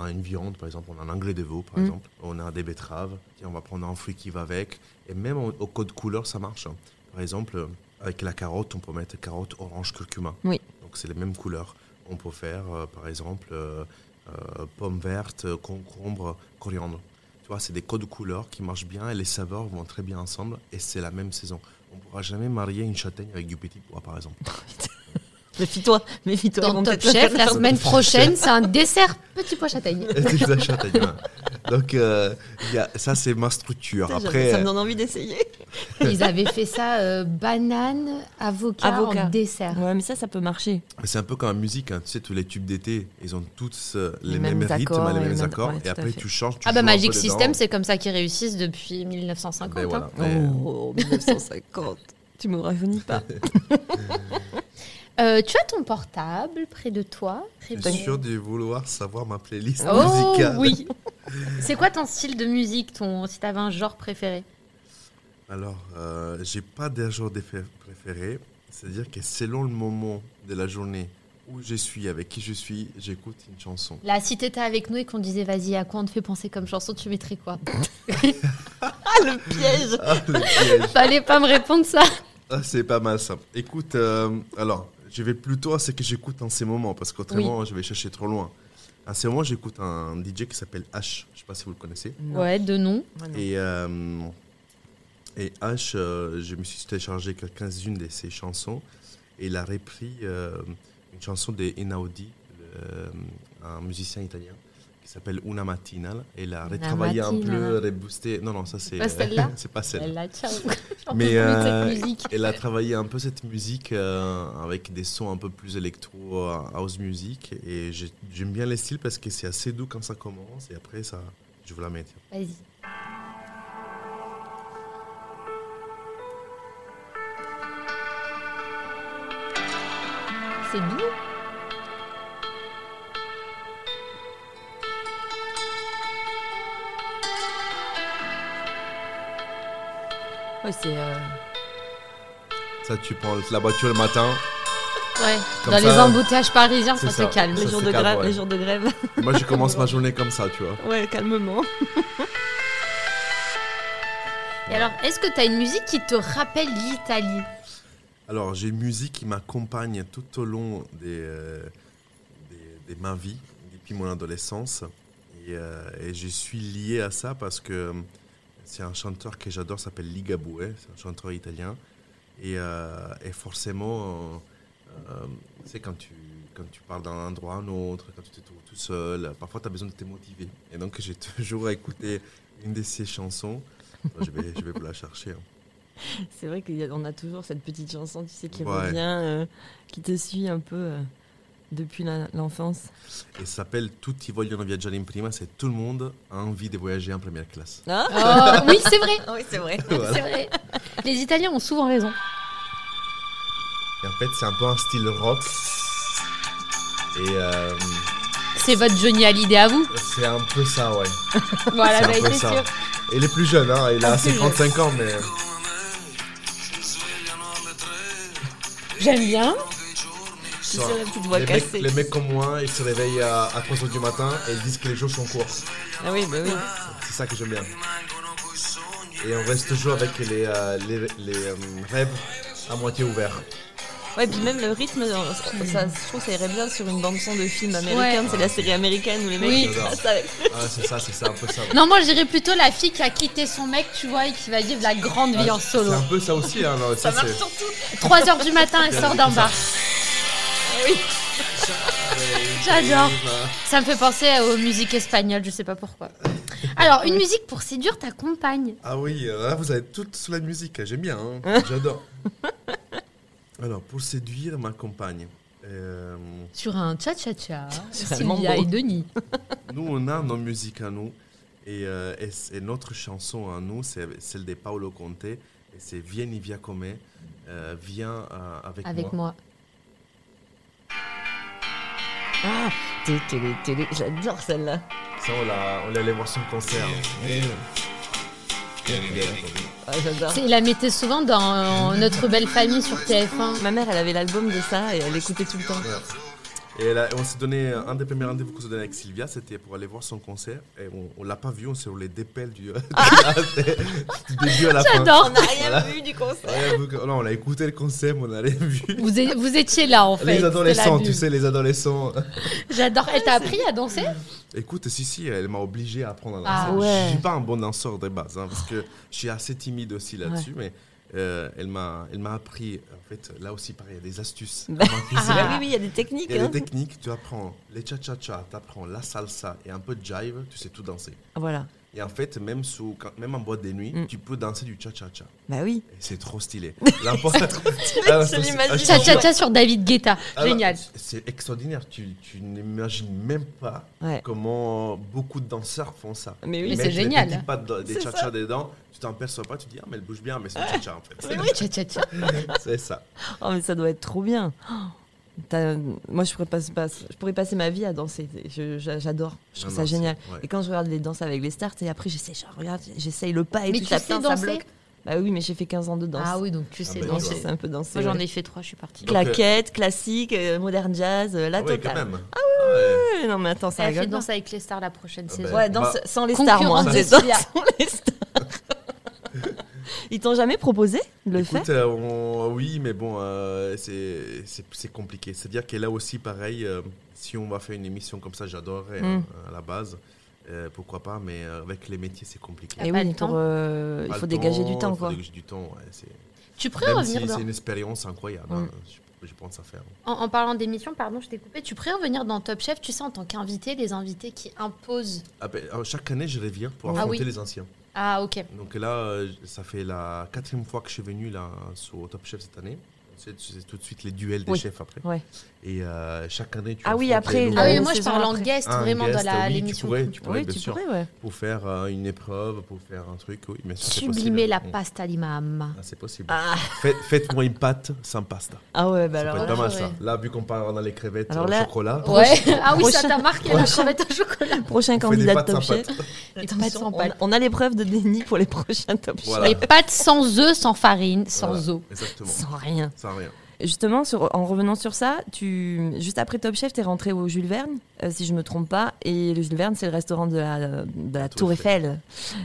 on a une viande, par exemple, on a un anglais de veau, par Mm. exemple, on a des betteraves, tiens, on va prendre un fruit qui va avec. Et même au, au code couleur, ça marche. hein. Par exemple, euh, avec la carotte, on peut mettre carotte, orange, curcuma. Oui. Donc c'est les mêmes couleurs. On peut faire, euh, par exemple, euh, euh, pomme verte, euh, concombre, coriandre. Tu vois, c'est des codes couleurs qui marchent bien et les saveurs vont très bien ensemble et c'est la même saison. On ne pourra jamais marier une châtaigne avec du petit pois, par exemple. Méfie-toi. Méfie-toi. ils Dans vont Top peut-être le Chef, faire. la semaine prochaine, c'est un dessert petit pois châtaigne. C'est la châtaigne, ouais. Donc, euh, il y a- ça, c'est ma structure. Putain, Après, euh, Ça me donne envie d'essayer. Ils avaient fait ça euh, banane, avocat, Avocat. en dessert. Ouais, mais ça, ça peut marcher. euh, c'est un peu comme la musique. hein. Tu sais, tous les tubes d'été, ils ont tous euh, les, Les mêmes, mêmes rythmes, accords, les les mêmes mêmes- accords. ouais, tout et à après, fait. tu changes. Tu Ah bah joues un peu Magic dedans. System, c'est comme ça qu'ils réussissent depuis 1950. Ben voilà. hein. Et- Oh, 1950. tu me rajeunis pas. Euh, tu as ton portable près de toi près Je de- suis sûr de vouloir savoir ma playlist Oh musicale. oui C'est quoi ton style de musique, ton, si t'avais un genre préféré Alors, euh, j'ai pas de jour d'effet préféré. C'est-à-dire que selon le moment de la journée où je suis, avec qui je suis, j'écoute une chanson. Là, si t'étais avec nous et qu'on disait vas-y, à quoi on te fait penser comme chanson, tu mettrais quoi Ah, le piège Ah, le piège. Fallait pas me répondre ça Ah, c'est pas mal ça. Écoute, euh, alors, je vais plutôt à ce que j'écoute en ces moments, parce qu'autrement, je vais chercher trop loin. En ces moments, j'écoute un DJ qui s'appelle H. Je sais pas si vous le connaissez. Ouais, de nom. Et, euh, et H, euh, je me suis téléchargé quelques-unes de ses chansons et il a repris euh, une chanson de Einaudi, le- euh, un musicien italien, qui qui s'appelle Una Matinale. Elle a Una retravaillé un peu, Matinale. reboosté. Non, non, ça c'est. pas celle-là C'est pas celle-là. Elle a ciao. J'en peux plus Mais de euh, cette musique. elle a travaillé un peu cette musique euh, avec des sons un peu plus électro, euh, house music. Et j'ai- j'aime bien les styles parce que c'est assez doux quand ça commence. Et après, ça, je vous la mets. tiens. Vas-y. C'est bien. Ouais, c'est. euh, Ça, tu prends la voiture le matin. Ouais. Comme Dans ça, les embouteillages parisiens, c'est ça ça. c'est calme. Ça, les, jours c'est de calme, grève, ouais. les jours de grève. Moi, je commence ma journée comme ça, tu vois. ouais, calmement. Et alors, est-ce que tu as une musique qui te rappelle l'Italie Alors, j'ai une musique qui m'accompagne tout au long des, euh, des- de ma vie, depuis mon adolescence. Et, euh, et je suis lié à ça parce que euh, c'est un chanteur que j'adore, s'appelle Ligabue, hein, c'est un chanteur italien. Et, euh, et forcément, euh, euh, c'est quand tu, quand tu pars d'un endroit à un autre, quand tu te trouves tout seul, parfois tu as besoin de te motiver. Et donc, j'ai toujours écouté une de ses chansons. Attends, je, vais, je vais vous la chercher. hein. C'est vrai qu'on a toujours cette petite chanson, tu sais, qui Ouais. revient, euh, qui te suit un peu euh, depuis la- l'enfance. Et ça s'appelle Tutti vogliono viaggiare in prima, c'est tout le monde a envie de voyager en première classe. Hein Oh, Oui, c'est vrai. Ah oui, c'est vrai. Voilà. C'est vrai. Les Italiens ont souvent raison. Et en fait, c'est un peu un style rock. Et euh, C'est votre Johnny Hallyday à vous. c'est un peu ça, ouais. Voilà, C'est bah, un peu été ça. sûr. Il est plus jeune, hein, il a plus 55 ans, mais J'aime bien. Tu sais, la petite voix les mecs, cassée. les mecs comme moi, ils se réveillent à, 3h du matin et ils disent que les jours sont courts. Ah oui, bah oui. C'est ça que j'aime bien. Et on reste toujours avec les, euh, les, les, euh, rêves à moitié ouverts. Ouais, puis même le rythme, euh, ça, je trouve que ça irait bien sur une bande-son de film américaine. Ouais. C'est la série américaine où les mecs Oui. ils passent avec. Ah, c'est ça, c'est ça, un peu ça. ouais. Non, moi, j'irais plutôt la fille qui a quitté son mec, tu vois, et qui va vivre la grande vie en Ah, C'est solo. un peu ça aussi, hein, non, ça, c'est- 3h du matin, elle sort d'un bar. J'adore. Ça me fait penser aux musiques espagnoles, je sais pas pourquoi. Alors, une musique pour séduire ta compagne. Ah oui, euh, là vous avez toutes sous la musique, j'aime bien, hein, j'adore. Alors, pour séduire ma compagne, euh, Sur un cha-cha-cha, Sur un mambo. Sylvia et Denis. nous on a nos musiques à nous, et, euh, et c- et notre chanson à nous, c'est celle de Paolo Conte, et c'est Vieni via come, euh, viens euh, avec, Avec moi. Ah, télé, télé, télé. J'adore celle-là. Ça, on l'a- on est allé voir son concert. Ah, j'adore. C'est- Il la mettait souvent dans euh, Notre belle famille sur TF1. Ma mère, elle avait l'album de ça et elle l'écoutait tout le temps. Et là, on s'est donné un des premiers rendez-vous qu'on s'est donné avec Sylvia, c'était pour aller voir son concert. Et on, on l'a pas vu, on s'est roulé des pelles du, du début à la fin. J'adore. Voilà. vu du concert. Ouais, vous- non, on a écouté le concept, on a rien vu. Vous, é- vous étiez là en fait. Les adolescents, C'était la tu bulle. sais, les adolescents. J'adore. Elle t'a appris à danser Écoute, si, si, elle m'a obligé à apprendre à danser. Ah ouais. Je suis pas un bon danseur de base, hein, parce que je suis assez timide aussi là-dessus, mais euh, elle m'a elle m'a appris, en fait, là aussi, pareil, il y a des astuces. Bah, Comment Ah. tu sais. oui, oui, il y a des techniques. Il y a hein. des techniques, tu apprends les cha-cha-cha, tu apprends la salsa et un peu de jive, tu sais tout danser. Voilà. Et en fait, même, sous, quand- même en boîte de nuit, Mm. tu peux danser du cha-cha-cha. Bah oui. Et C'est trop stylé. L'important- Ah, je ça, c'est- l'imagine. ah, je Cha-cha-cha sur David Guetta. Ah bah, Génial. c'est- C'est extraordinaire. Tu, tu n'imagines même pas Ouais. comment beaucoup de danseurs font ça. Mais Ils oui. Mais mettent c'est des génial. petits pas de- des C'est cha-cha dedans. Tu t'en perçois pas. Tu dis, ah, mais elle bouge bien, mais c'est un cha-cha en fait. Cha-cha-cha. c'est ça. Oh, mais ça doit être trop bien. Oh, t'as- Moi, je pourrais, pas- pas- je pourrais passer ma vie à danser. Je- j'a- J'adore. Je trouve Non, ça non, génial. c'est- ouais. Et quand je regarde les danses avec les stars, et après, j'essaie, genre, regarde, j'essaye le pas et Mais tout tu ça, sais putain, ça danser bloque. Bah oui, mais j'ai fait 15 ans de danse. Ah oui, donc tu Ah sais bah, Donc, tu je vois. danser. sais un peu danser. Moi j'en ouais. ai fait trois, je suis partie. Donc, euh, Claquette, classique, euh, modern jazz, euh, la Ah ouais, quand totale. même. Ah ouais. Ouais, Non, mais attends, ça Elle fait rigole. Eh, danser avec les stars la prochaine Ah saison. bah, Ouais, danse Bah, sans les stars, concurrente moi. de C'est ça, Sia. sans les stars. Ils t'ont jamais proposé de le faire Écoute, euh, on- oui, mais bon, euh, c'est- c'est c'est compliqué. C'est-à-dire que là aussi, pareil, euh, si on va faire une émission comme ça, j'adorerais Hmm. hein, à la base. Euh, pourquoi pas, mais euh, avec les métiers, c'est compliqué. Eh pas oui, le temps. pour, euh, il Pas faut le dégager du temps, Il faut quoi. dégager du temps, ouais, c'est- Tu pourrais Même si revenir c'est dans... Hmm. une expérience incroyable. hein, je- je pense à faire. En, en parlant d'émission, pardon, je t'ai coupé. Tu pourrais revenir dans Top Chef, tu sais, en tant qu'invité, les invités qui imposent. Ah ben, alors, chaque année, je reviens pour Ah affronter oui. les anciens. Ah, ok. Donc là, euh, ça fait la quatrième fois que je suis venu là, sur Top Chef cette année. C'est c'est tout de suite les duels des Oui. chefs après. Ouais. Et euh, chaque année, tu Ah oui, affrontes après, les là, Ah nouveaux. oui, la moi je saison parle en après. guest, Ah, Un vraiment guest, dans la- oui, Tu l'émission. pourrais, tu pourrais, oui, bien tu sûr. pourrais, ouais. Pour faire euh, une épreuve, pour faire un truc, oui, bien sûr, c'est Sublimer possible. la Mm. pasta l'imam. Ah, c'est possible. Ah, Faites- Faites-moi une pâte sans pasta. ah ouais, bah ça peut alors. être pas là, mal, ça. ouais. Là, vu qu'on parle dans les crevettes Alors au là- chocolat, Ouais. Ah oui, ça Prochain- t'a marqué la crevette au chocolat. Prochain on fait des candidat de pâtes Top sans Chef. pâte. Et Attention, on, a- on a l'épreuve de déni pour les prochains Top Chef. Voilà. Les pâtes sans œufs, sans farine, sans Voilà, eau. Exactement. Sans rien. Sans rien. Et Justement, sur- en revenant sur ça, tu, juste après Top Chef, tu es rentré au Jules Verne, euh, si je me trompe pas. Et le Jules Verne, c'est le restaurant de la, de la Tour Tour Eiffel.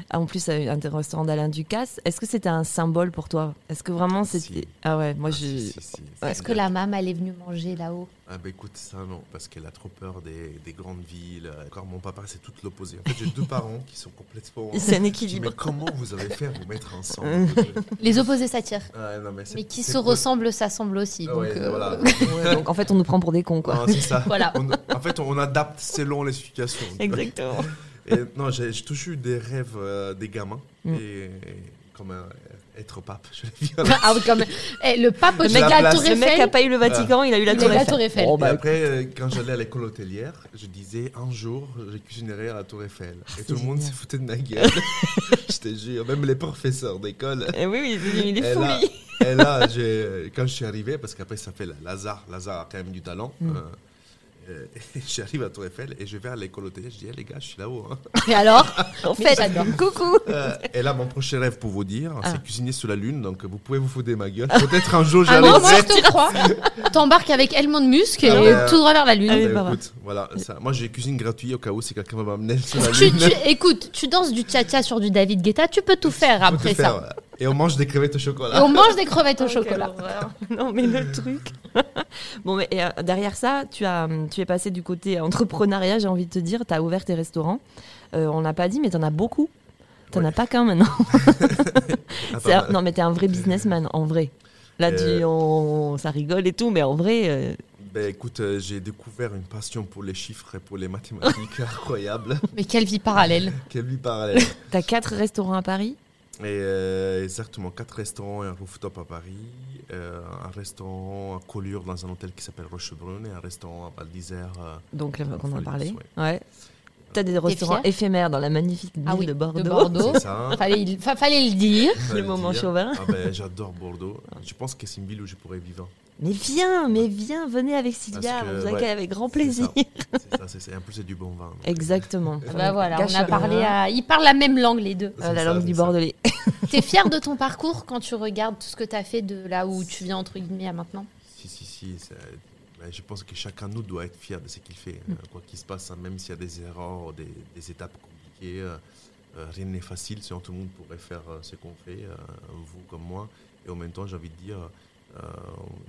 Ah, en plus, euh, un t- restaurant d'Alain Ducasse. Est-ce que c'était un symbole pour toi Est-ce que vraiment c'était. Si. Ah ouais, moi Ah, je. si, si, si, si, Est-ce si. que la maman, elle est venue manger là-haut Ah bah écoute, ça non, parce qu'elle a trop peur des, des grandes villes. Encore mon papa, c'est tout l'opposé. En fait, j'ai deux parents qui sont complètement... C'est un Je dis, équilibre. mais comment vous avez fait à vous mettre ensemble Les opposés s'attirent. Ah, non, mais c'est- Mais qui c'est se cool. ressemblent s'assemblent aussi. Ah donc, ouais, euh, voilà. Ouais, donc en fait, on nous prend pour des cons, quoi. Non, Ah, c'est ça. Voilà. On- en fait, on adapte selon les situations. Exactement. Et non, j'ai j'ai toujours eu des rêves euh, des gamins. Mm. Et, et comme euh, être pape, je l'ai vu. Ah oui, quand même. Eh, le pape au Le mec mec à la a- Tour Le mec Eiffel. a pas eu le Vatican, il a eu la Il a Tour eu la Eiffel. Tour Eiffel. Bon, et bah, après, euh, quand j'allais à l'école hôtelière, je disais un jour, je cuisinerai à la Tour Eiffel. Et c'est tout le monde génial. se foutait de ma gueule. je te jure, même les professeurs d'école. eh oui, oui, il est Et fou, là, lui. et là, j'ai- quand je suis arrivé, parce qu'après ça fait Lazare, Lazare a quand même du talent. Mm. euh, et j'arrive à Tour Eiffel et je vais à l'école hôtelière. Je dis, Eh, les gars, je suis là-haut. hein. Et alors En fait, j'adore. coucou. Euh, et là, mon prochain rêve pour vous dire, Ah. c'est cuisiner sous la lune. Donc, vous pouvez vous foutre de ma gueule. Peut-être un jour, Ah j'arrive. non, moi je te crois. T'embarques avec Elmond Musque et Ah ouais. tout droit vers la lune. Ah oui, bah, écoute, voilà, ça. Moi, j'ai cuisine gratuite au cas où si quelqu'un va m'amener sur la Tu, lune. tu- écoute, tu danses du tcha-tcha sur du David Guetta, tu peux tout faire Faut tout après faire, ça. voilà. Et on mange des crevettes au Et chocolat. on mange des crevettes au chocolat. non, mais le truc. bon, mais et, euh, derrière ça, tu, as, hum, tu es passé du côté entrepreneuriat, j'ai envie de te dire. Tu as ouvert tes restaurants. Euh, on l'a pas dit, mais tu en as beaucoup. Tu n'en Ouais. as pas qu'un maintenant. Attends, C'est un- non, mais tu es un vrai businessman, en vrai. Là, tu- Euh. on- ça rigole et tout, mais en vrai, euh, ben, écoute, euh, j'ai découvert une passion pour les chiffres et pour les mathématiques incroyable. Mais quelle vie parallèle. Quelle lui parallèle. tu as quatre restaurants à Paris. Et euh, exactement, quatre restaurants et un rooftop à Paris, euh, un restaurant à Collioure dans un hôtel qui s'appelle Rochebrune et un restaurant à Val d'Isère. euh, Donc, là, qu'on en a Folie, parlé. ouais. Ouais. Tu as des restaurants fière éphémères dans la magnifique ville Ah oui, de Bordeaux. De Bordeaux. c'est ça. Fallait, il- fa- fallait le dire. Ça Le veut moment chauvin. Ah ben, j'adore Bordeaux. Je pense que c'est une ville où je pourrais vivre. Mais viens, mais viens, venez avec Sylvia, Parce que, vous accueille ouais, avec grand C'est ça. plaisir. C'est ça, c'est ça. Et en plus, c'est du bon vin. donc. Exactement. Bah voilà, on Gâche a rien. parlé à... Ils parlent la même langue les deux. C'est Ah, la ça, langue c'est du ça. bordelais. T'es fier de ton parcours quand tu regardes tout ce que t'as fait de là où tu viens entre guillemets à maintenant Si, si, si. ça- ben, je pense que chacun de nous doit être fier de ce qu'il fait. euh, Quoi qu'il se passe, hein, même s'il y a des erreurs, des, des étapes compliquées, euh, euh, rien n'est facile. Sinon, tout le monde pourrait faire euh, ce qu'on fait, euh, vous comme moi. Et en même temps, j'ai envie de dire, euh,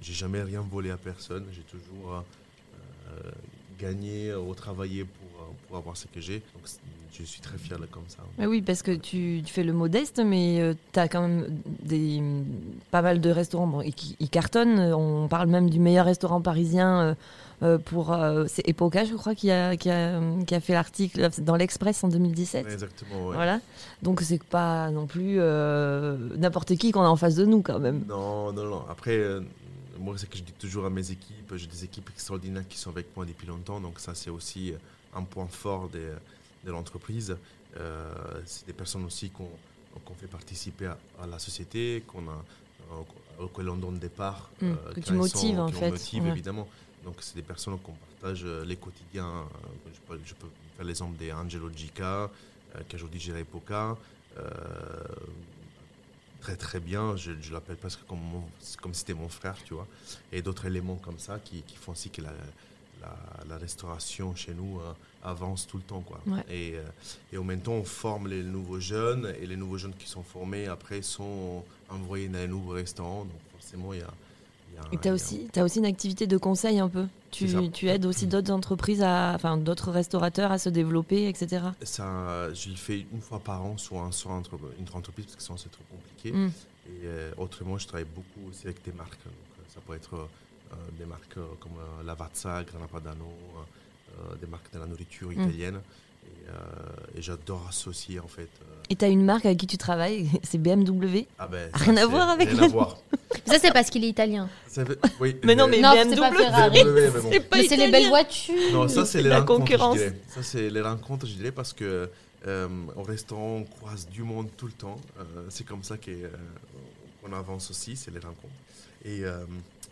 j'ai jamais rien volé à personne. J'ai toujours euh, euh, gagné euh, ou travaillé pour, euh, pour avoir ce que j'ai. Donc, c'est- je suis très fier de comme ça. Mais Ah oui, parce que tu, tu fais le modeste, mais tu as quand même des, pas mal de restaurants bon, et qui ils cartonnent. On parle même du meilleur restaurant parisien euh, euh, pour. euh, c'est Epoca, je crois, qui a, qui a, qui a fait l'article euh, dans l'Express en 2017. Ouais, Exactement. ouais. Voilà. Donc, c'est pas non plus euh, n'importe qui qu'on a en face de nous, quand même. Non, non, non. Après, euh, moi, c'est que je dis toujours à mes équipes, j'ai des équipes extraordinaires qui sont avec moi depuis longtemps, donc ça, c'est aussi euh, un point fort des- de l'entreprise. Euh, c'est des personnes aussi qu'on qu'on fait participer à, à la société, qu'on a euh, auxquelles on donne des parts. euh, Mm, que tu motives, en qui fait. motive, Ouais. évidemment. Donc, c'est des personnes qu'on partage euh, les quotidiens. Euh, Je peux, je peux faire l'exemple des Angelo Gica, euh, qui aujourd'hui gère Epoca. Euh, très très bien. Je, je l'appelle presque comme, mon- comme si c'était mon frère, tu vois. Et d'autres éléments comme ça qui, qui font aussi que la, la, la restauration chez nous euh, avance tout le temps, quoi. Ouais. Et, euh, et en même temps, on forme les nouveaux jeunes et les nouveaux jeunes qui sont formés après sont envoyés dans les nouveaux restaurants. Donc forcément, il y a. il y a- Et il y tu as a- aussi, t'as aussi une activité de conseil un peu. Tu, C'est ça. tu aides aussi d'autres entreprises, à, enfin d'autres restaurateurs à se développer, etc. Ça, je le fais une fois par an sur, un, sur un entre- une entreprise parce que sinon c'est trop compliqué. Mm. Et euh, autrement, je travaille beaucoup aussi avec des marques. Donc, euh, ça peut être euh, euh, des marques euh, comme euh, Lavazza, Grana Padano, euh, euh, des marques de la Mm. nourriture italienne. Et, euh, et j'adore associer en fait. euh, Et t'as une marque avec qui tu travailles, c'est BMW. ah ben, Rien à c'est- voir avec rien la- à voir. Ça, c'est parce qu'il est italien. Ça fait- oui, Mais non, mais Non, c'est BMW, pas Ferrari. BMW, mais bon. pas Mais c'est les italien. belles voitures. Non, ça c'est C'est les la rencontres, concurrence. je dirais. Ça c'est les rencontres, je dirais, parce que euh, au restaurant, on croise du monde tout le temps. Euh, c'est comme ça que, euh, qu'on avance aussi, c'est les rencontres. Et euh,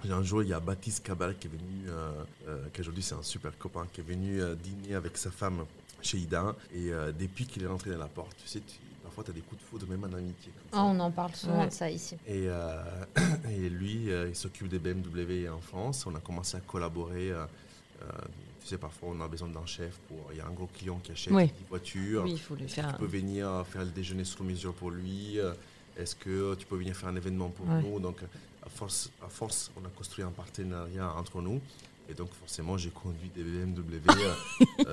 un jour, il y a Baptiste Cabal qui est venu, euh, euh, qui aujourd'hui c'est un super copain, qui est venu euh, dîner avec sa femme chez Ida. Et euh, depuis qu'il est rentré dans la porte, tu sais, tu- parfois tu as des coups de foudre, même en amitié. comme Ah, ça. on en parle souvent Ouais. de ça ici. Et, euh, et lui, euh, il s'occupe des BMW en France. On a commencé à collaborer. euh, euh, tu sais, parfois, on a besoin d'un chef. Pour, il y a un gros client qui achète Oui. 10 voitures. Oui, il faut lui Est-ce que faire tu un... peux venir faire le déjeuner sur mesure pour lui Euh, Est-ce que tu peux venir faire un événement pour Ouais. nous Donc, à force, à force, on a construit un partenariat entre nous. Et donc, forcément, j'ai conduit des BMW euh,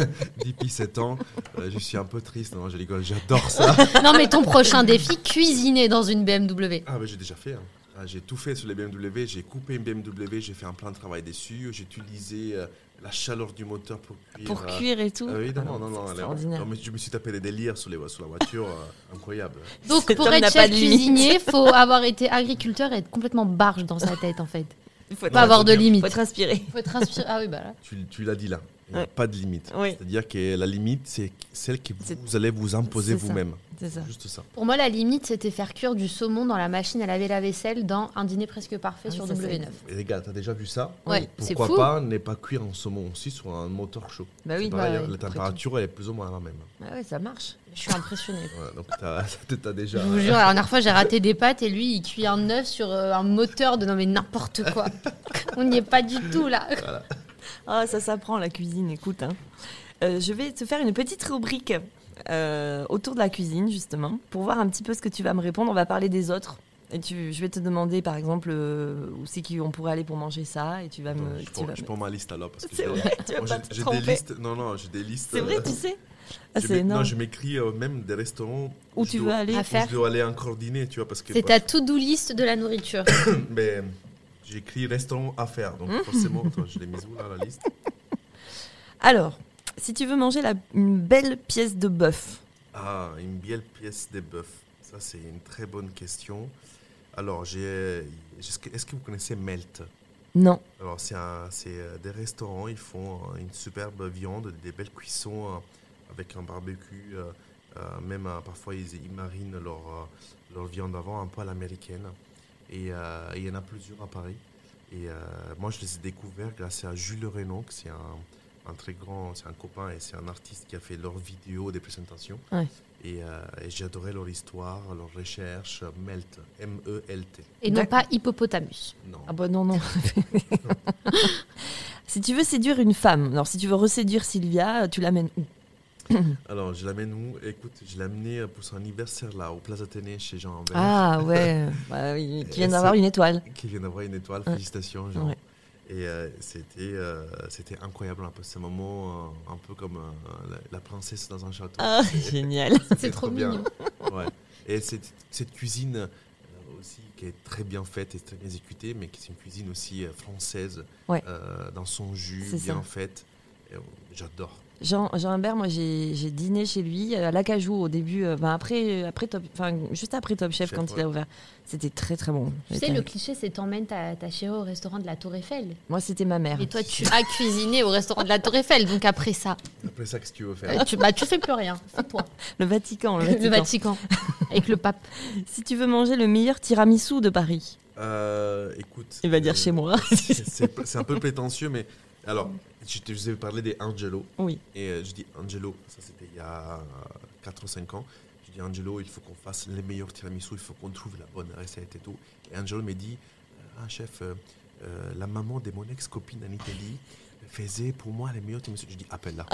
euh, depuis 7 ans. Euh, je suis un peu triste. Non, je rigole, j'adore ça. Non, mais ton prochain défi, cuisiner dans une BMW. Ah, bah, j'ai déjà fait. hein. Ah, j'ai tout fait sur les BMW. J'ai coupé une BMW, j'ai fait un plein de travail dessus. J'ai utilisé euh, la chaleur du moteur pour cuire. Pour euh, cuire et tout. ah oui, non, Ah non, non, non, c'est non, extraordinaire. non, mais je me suis tapé des délires sur, les, vo- sur la voiture, euh, incroyable. Donc, Cet pour homme être n'a chef pas de limite. cuisinier, faut avoir été agriculteur et être complètement barge dans sa tête, en fait. Il faut être, Pas Ouais, avoir faut de dire- faut limite. être inspiré. Faut être inspiré. Ah oui, bah là. Tu, tu l'as dit là, il n'y a Ouais. pas de limite. Oui. C'est-à-dire que la limite, c'est celle que C'est- vous allez vous imposer c'est ça. vous-même. C'est ça. Juste ça. Pour moi, la limite, c'était faire cuire du saumon dans la machine à laver la vaisselle dans un dîner presque parfait Ah, sur ça, c'est- W9. Et les gars, t'as déjà vu ça Ouais, c'est Pourquoi fou. pas ne pas cuire en saumon aussi sur un moteur chaud Bah oui, C'est pareil, bah hein, ouais, La après température, elle est plus ou moins la même. Ah ouais, ça marche. Je suis impressionnée. Voilà, donc t'as as Je déjà... vous jure, la dernière fois, j'ai raté des pâtes et lui, il cuit un œuf sur euh, un moteur de non, mais n'importe quoi. On n'y est pas du tout là. Ah, ça s'apprend la cuisine, écoute. hein. Euh, je vais te faire une petite rubrique euh, autour de la cuisine, justement, pour voir un petit peu ce que tu vas me répondre. On va parler des autres. Et tu, je vais te demander, par exemple, euh, où c'est qu'on pourrait aller pour manger ça. Et tu vas Attends, me. Euh, je tu prends, vas je me- prends ma liste alors parce que C'est j'ai- vrai, tu vas moi, pas j'ai- te j'ai des tromper. listes. Non non, j'ai des listes. C'est vrai, euh, tu sais Ah, je C'est m'é- Non, énorme. je m'écris euh, même des restaurants Où je tu dois- veux aller À où faire. Je dois aller encore dîner, tu vois, parce que C'est ta to-do list de la nourriture. mais j'écris restaurant à faire, donc Mmh. forcément, attends, je l'ai mise où là la liste Alors, si tu veux manger la, une belle pièce de bœuf, Ah, une belle pièce de bœuf. Ça c'est une très bonne question. Alors j'ai, est-ce que, est-ce que vous connaissez Melt non. Alors, c'est un- c'est, euh, des restaurants, ils font euh, une superbe viande, des belles cuissons euh, avec un barbecue. euh, euh, même euh, parfois, ils, ils marinent leur, euh, leur viande avant, un peu à l'américaine. Et euh, il y en a plusieurs à Paris. Et euh, moi, je les ai découverts grâce à Jules Renaud, que c'est un, un très grand, c'est un copain et c'est un artiste qui a fait leurs vidéos, des présentations. Ouais. Et, euh, et j'ai adoré leur histoire, leurs recherches. Melt, M-E-L-T. Et non D'accord. pas hippopotamus. Non. Ah bah non, non. si tu veux séduire une femme, alors si tu veux reséduire Sylvia, tu l'amènes où Alors, je l'amène où Écoute, je l'ai amené euh, pour son anniversaire là, au Plaza Athénée chez Jean Ambert, Ah ouais, bah, oui, qui vient Et d'avoir c'est- une étoile. qui vient d'avoir une étoile. Ouais. Félicitations, Jean. Ouais. Et euh, c'était euh, c'était incroyable, un peu ce moment, euh, un peu comme euh, la, la princesse dans un château. Ah, génial. C'était trop mignon. Ouais. Et cette, cette cuisine euh, aussi qui est très bien faite et très bien exécutée, mais qui est une cuisine aussi euh, française, Ouais. euh, dans son jus, C'est bien ça. faite. Et, euh, J'adore. Jean, Jean Humbert, moi j'ai j'ai dîné chez lui euh, à l'Acajou au début, euh, ben, après, après Top, enfin juste après Top Chef Chef, quand il ouais. a ouvert. C'était très très bon. Tu sais, le cliché, c'est t'emmènes ta, ta chérie au restaurant de la Tour Eiffel. Moi c'était ma mère. Et toi, tu as cuisiné au restaurant de la Tour Eiffel. Donc après ça, Après ça, qu'est-ce que tu veux faire euh, tu, bah, tu fais plus rien. C'est toi. Le Vatican, le Le Vatican. Vatican. Avec le pape. Si tu veux manger le meilleur tiramisu de Paris, Euh, Écoute. il va euh, dire chez moi. C'est- c'est c'est un peu prétentieux, mais alors, je, te, je vous ai parlé des Angelo. oui. Et euh, je dis Angelo, ça c'était il y a 4 ou 5 ans. Je dis Angelo, il faut qu'on fasse les meilleurs tiramisu, il faut qu'on trouve la bonne recette et tout. Et Angelo me dit Ah, chef, euh, euh, la maman de mon ex-copine en Italie faisait pour moi les meilleurs tiramisu. Je dis Appelle-la.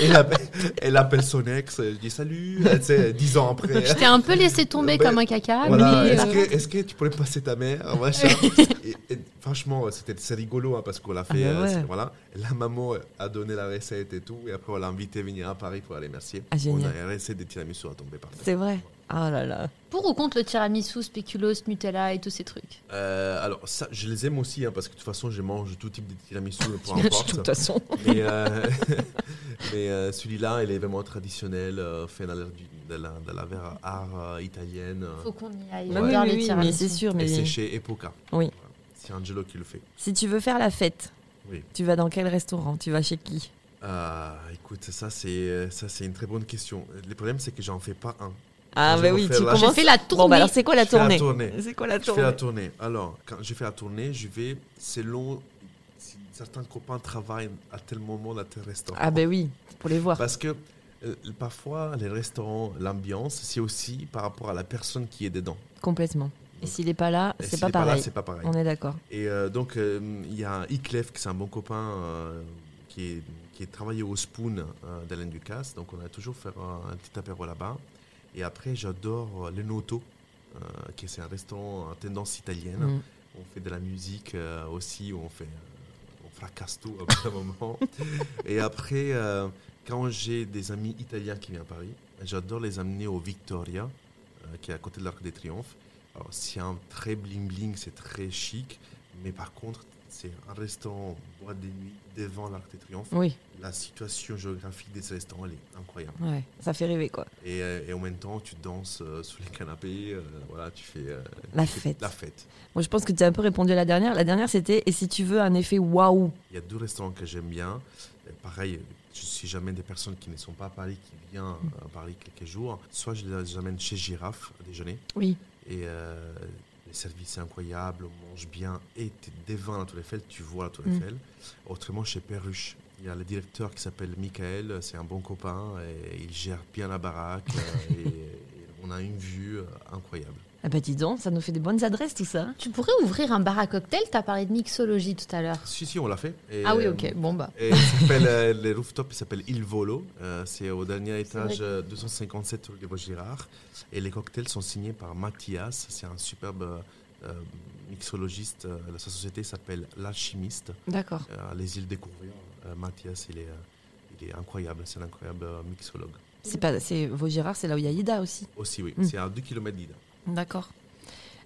elle, appelle, elle appelle son ex, je dis Salut, euh, tu sais, 10 ans après. Je t'ai un peu laissé tomber Ben, comme un Ah, caca. Voilà, mais, est-ce euh, que, est-ce que tu pourrais me passer ta mère machin Et- et Franchement, c'était c'est rigolo hein, parce qu'on l'a fait. bah euh, c'est- ouais. voilà. La maman euh, a donné la recette et tout. Et après, on l'a invité à venir à Paris pour aller merci. Ah, on génial. a la recette des tiramisu à tomber par terre. C'est vrai. Ah là là. Pour ou contre le tiramisu, spéculoos, Nutella et tous ces trucs Euh, alors, ça, je les aime aussi, hein, parce que de toute façon, je mange tout type de tiramisu, peu Je suis de toute importe. façon. Mais, euh, mais, euh, celui-là, il est vraiment traditionnel, euh, fait dans la, de la, de la verre art euh, italienne. euh, Faut qu'on y aille. Oui, on Ouais. oui, adore les oui, mais tiramisus. c'est sûr. et c'est Mais chez Epoca. Oui. Voilà. C'est Angelo qui le fait. si tu veux faire la fête, Oui. tu vas dans quel restaurant Tu vas chez qui Ah, écoute, ça c'est ça c'est une très bonne question. Le problème c'est que j'en fais pas un. Ah Je bah vais oui, refaire tu la- J'ai commences. fait la Bon tournée. bah alors c'est quoi la Je fais la tournée tournée. C'est quoi la Je fais tournée la tournée. Alors, quand je fais la tournée, je vais selon si certains copains travaillent à tel moment à tel restaurant. Ah bah oui, pour les voir. Parce que euh, parfois les restaurants, l'ambiance, c'est aussi par rapport à la personne qui est dedans. Complètement. Et Donc, s'il n'est pas là, Et c'est s'il pas est là, pareil. c'est pas pareil. On est d'accord. Et euh, donc, euh, il y a Iclef, qui est un bon copain, euh, qui, est, qui est travaillé au Spoon euh, d'Alain Ducasse. Donc, on a toujours fait un, un petit apéro là-bas. Et après, j'adore euh, Le Noto, euh, qui est c'est un restaurant à tendance italienne. Mm. On fait de la musique euh, aussi, où on fait... euh, on fracasse tout à un moment. Et après, euh, quand j'ai des amis italiens qui viennent à Paris, j'adore les amener au Victoria, euh, qui est à côté de l'Arc des Triomphes. Alors, c'est un très bling-bling, c'est très chic. Mais par contre, c'est un restaurant boîte de nuit devant l'Arc de Triomphe. Oui, La situation géographique de ce restaurant, elle est incroyable. ouais. ça fait rêver quoi. Et, euh, et en même temps, tu danses euh, sous les canapés, euh, voilà, tu fais euh, La tu fais fête. la fête. Moi je pense que tu as un peu répondu à la dernière. La dernière c'était et si tu veux un effet waouh Il y a deux restaurants que j'aime bien. Euh, Pareil, je- si jamais des personnes qui ne sont pas à Paris, qui viennent euh, à Paris quelques jours, soit je les amène chez Girafe à déjeuner. Oui. Et euh, le service est incroyable, on mange bien. Et tu devant la Tour Eiffel, tu vois la Tour Mm. Eiffel. Autrement, chez Perruche, il y a le directeur qui s'appelle Michael, c'est un bon copain, et il gère bien la baraque. euh, et, et on a une vue euh, incroyable. Ah bah dis donc, ça nous fait des bonnes adresses tout ça. Tu pourrais ouvrir un bar à cocktail T'as parlé de mixologie tout à l'heure. Si, si, on l'a fait. Et, Ah oui, euh, ok. Bon bah. Et il s'appelle, euh, le rooftop il s'appelle Il Volo. Euh, c'est au dernier étage, vrai. euh, 257 rue des Vaugirard. Et les cocktails sont signés par Mathias. C'est un superbe euh, euh, mixologiste. Euh, Sa société s'appelle L'Alchimiste. D'accord. Euh, à les îles des Courrières. Euh, Mathias, il est, euh, il est incroyable. C'est un incroyable euh, mixologue. C'est pas c'est Vaugirard, c'est là où il y a Ida aussi. Aussi, oui. Mm. C'est à 2 km d'Ida. D'accord.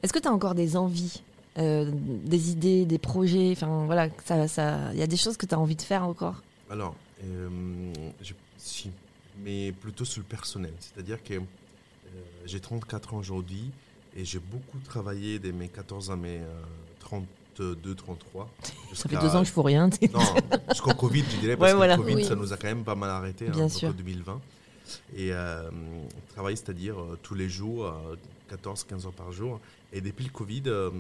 Est-ce que tu as encore des envies euh, des idées, des projets, enfin voilà, ça, ça, il y a des choses que tu as envie de faire encore. Alors, euh, je- si, mais plutôt sur le personnel. C'est-à-dire que euh, j'ai 34 ans aujourd'hui et j'ai beaucoup travaillé dès mes 14 à mes euh, 32, 33. Ça fait deux Bah, ans que je fous rien. tu sais. Non, jusqu'au Covid, je dirais, parce Ouais, voilà. que le Covid, Oui. ça nous a quand même pas mal arrêté, Bien hein, sûr. en 2020. Et euh, travailler, c'est-à-dire euh, tous les jours, euh, 14, 15 heures par jour. Et depuis le Covid, euh,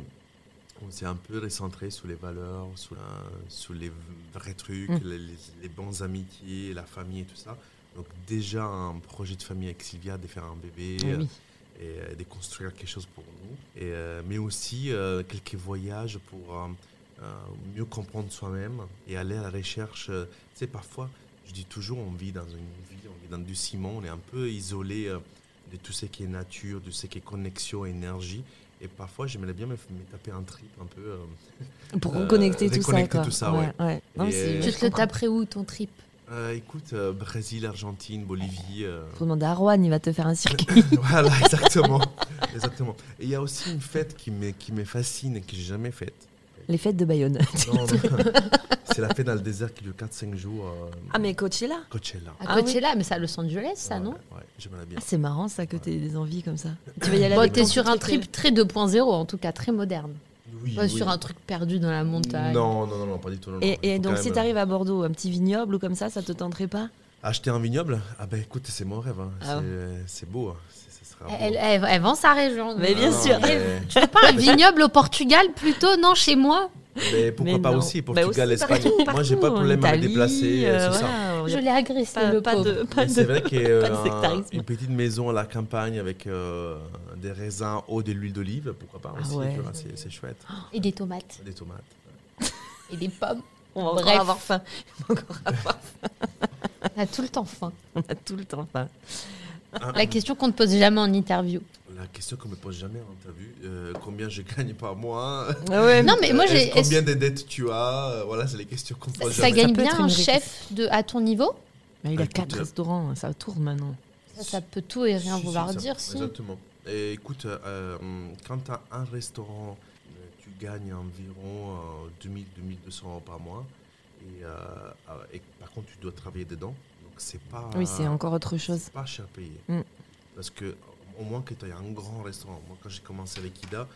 on s'est un peu recentré sur les valeurs, sur, la- sur les v- vrais trucs, Mm. les, les- les bonnes amitiés, la famille et tout ça. Donc déjà un projet de famille avec Sylvia, de faire un bébé, euh, Eh Oui. et euh, de construire quelque chose pour nous. Et, euh, mais aussi euh, quelques voyages pour euh, euh, mieux comprendre soi-même et aller à la recherche. euh, tu sais, parfois, je dis toujours, on vit dans une ville, on vit dans du ciment, on est un peu isolé euh, de tout ce qui est nature, de ce qui est connexion, énergie. Et parfois, j'aimerais bien me, me taper un trip un peu. euh, Pour Euh, reconnecter tout ça. reconnecter Quoi. tout ça, ouais. ouais. Non, mais Et, c'est- je euh, Tu te le comprends. taperais où ton trip euh, écoute, euh, Brésil, Argentine, Bolivie. euh, Faut demander à Rouen, il va te faire un circuit. voilà, exactement. exactement. Et il y a aussi une fête qui me, qui me fascine et que j'ai jamais faite. Les fêtes de Bayonne. Non, non. C'est la fête dans le désert qui dure 4-5 jours. euh, Ah, mais Coachella Coachella. À Ah oui. Coachella, mais c'est à Los Angeles, ça, Ouais, non Ouais, j'aimerais bien. Ah, c'est marrant ça que t'aies des envies comme ça. Tu vas y aller Bon, avec t'es ton sur un trip très 2.0, en tout cas, très moderne. Oui, Pas oui. sur un truc perdu dans la montagne. Non, non, non, non, pas du tout. non, non. Et, Il et faut donc, quand si même, t'arrives à Bordeaux, un petit vignoble ou comme ça, ça te tenterait pas euh, Acheter un vignoble Ah ben écoute, c'est mon rêve. hein. Ah c'est, c'est beau. hein. C'est- ça sera Elle, beau. Ah elle- elle vend sa région. Mais bien non, sûr. mais- Pas un vignoble au Portugal plutôt, non, chez moi. Mais pourquoi Mais pas non. aussi Bah, Portugal, aussi, Espagne. partout, Moi, j'ai pas de partout, problème en à me Italie, déplacer. euh, euh, sur ça. voilà, on y Je a l'ai agressé, pas, le pas pauvre. de, pas Mais C'est de- vrai qu'il y pas a de un- sectarisme. une petite maison à la campagne avec euh, des raisins hauts de l'huile d'olive, pourquoi pas Ah aussi, ouais. Ah. tu vois, c'est, c'est chouette. Et des tomates. Des tomates. Et des pommes. On va Bref. encore avoir faim. On va encore avoir faim. On a tout le temps faim. On a tout le temps faim. Ah, La question qu'on ne pose jamais en interview. la question qu'on me pose jamais en interview, euh, combien je gagne par mois Non, mais moi, Euh, j'ai. est-ce- Combien de dettes tu as Euh, Voilà, c'est les questions Bah, qu'on me Ça, pose ça jamais. gagne peut bien être un une chef de, à ton niveau Mais Ah, il Bah, a écoute, quatre euh, restaurants, ça tourne maintenant. Ça, ça peut tout et rien Si, si, vouloir ça- dire. Si. Exactement. Et écoute, euh, quand tu as un restaurant, euh, tu gagnes environ euh, 2000-2200 euros par mois. Et, euh, euh, et par contre, tu dois travailler dedans. Donc, c'est pas. Oui, c'est encore autre chose. C'est pas cher payé. Mm. Parce que, au moins que tu aies un grand restaurant. Moi, quand j'ai commencé avec Ida,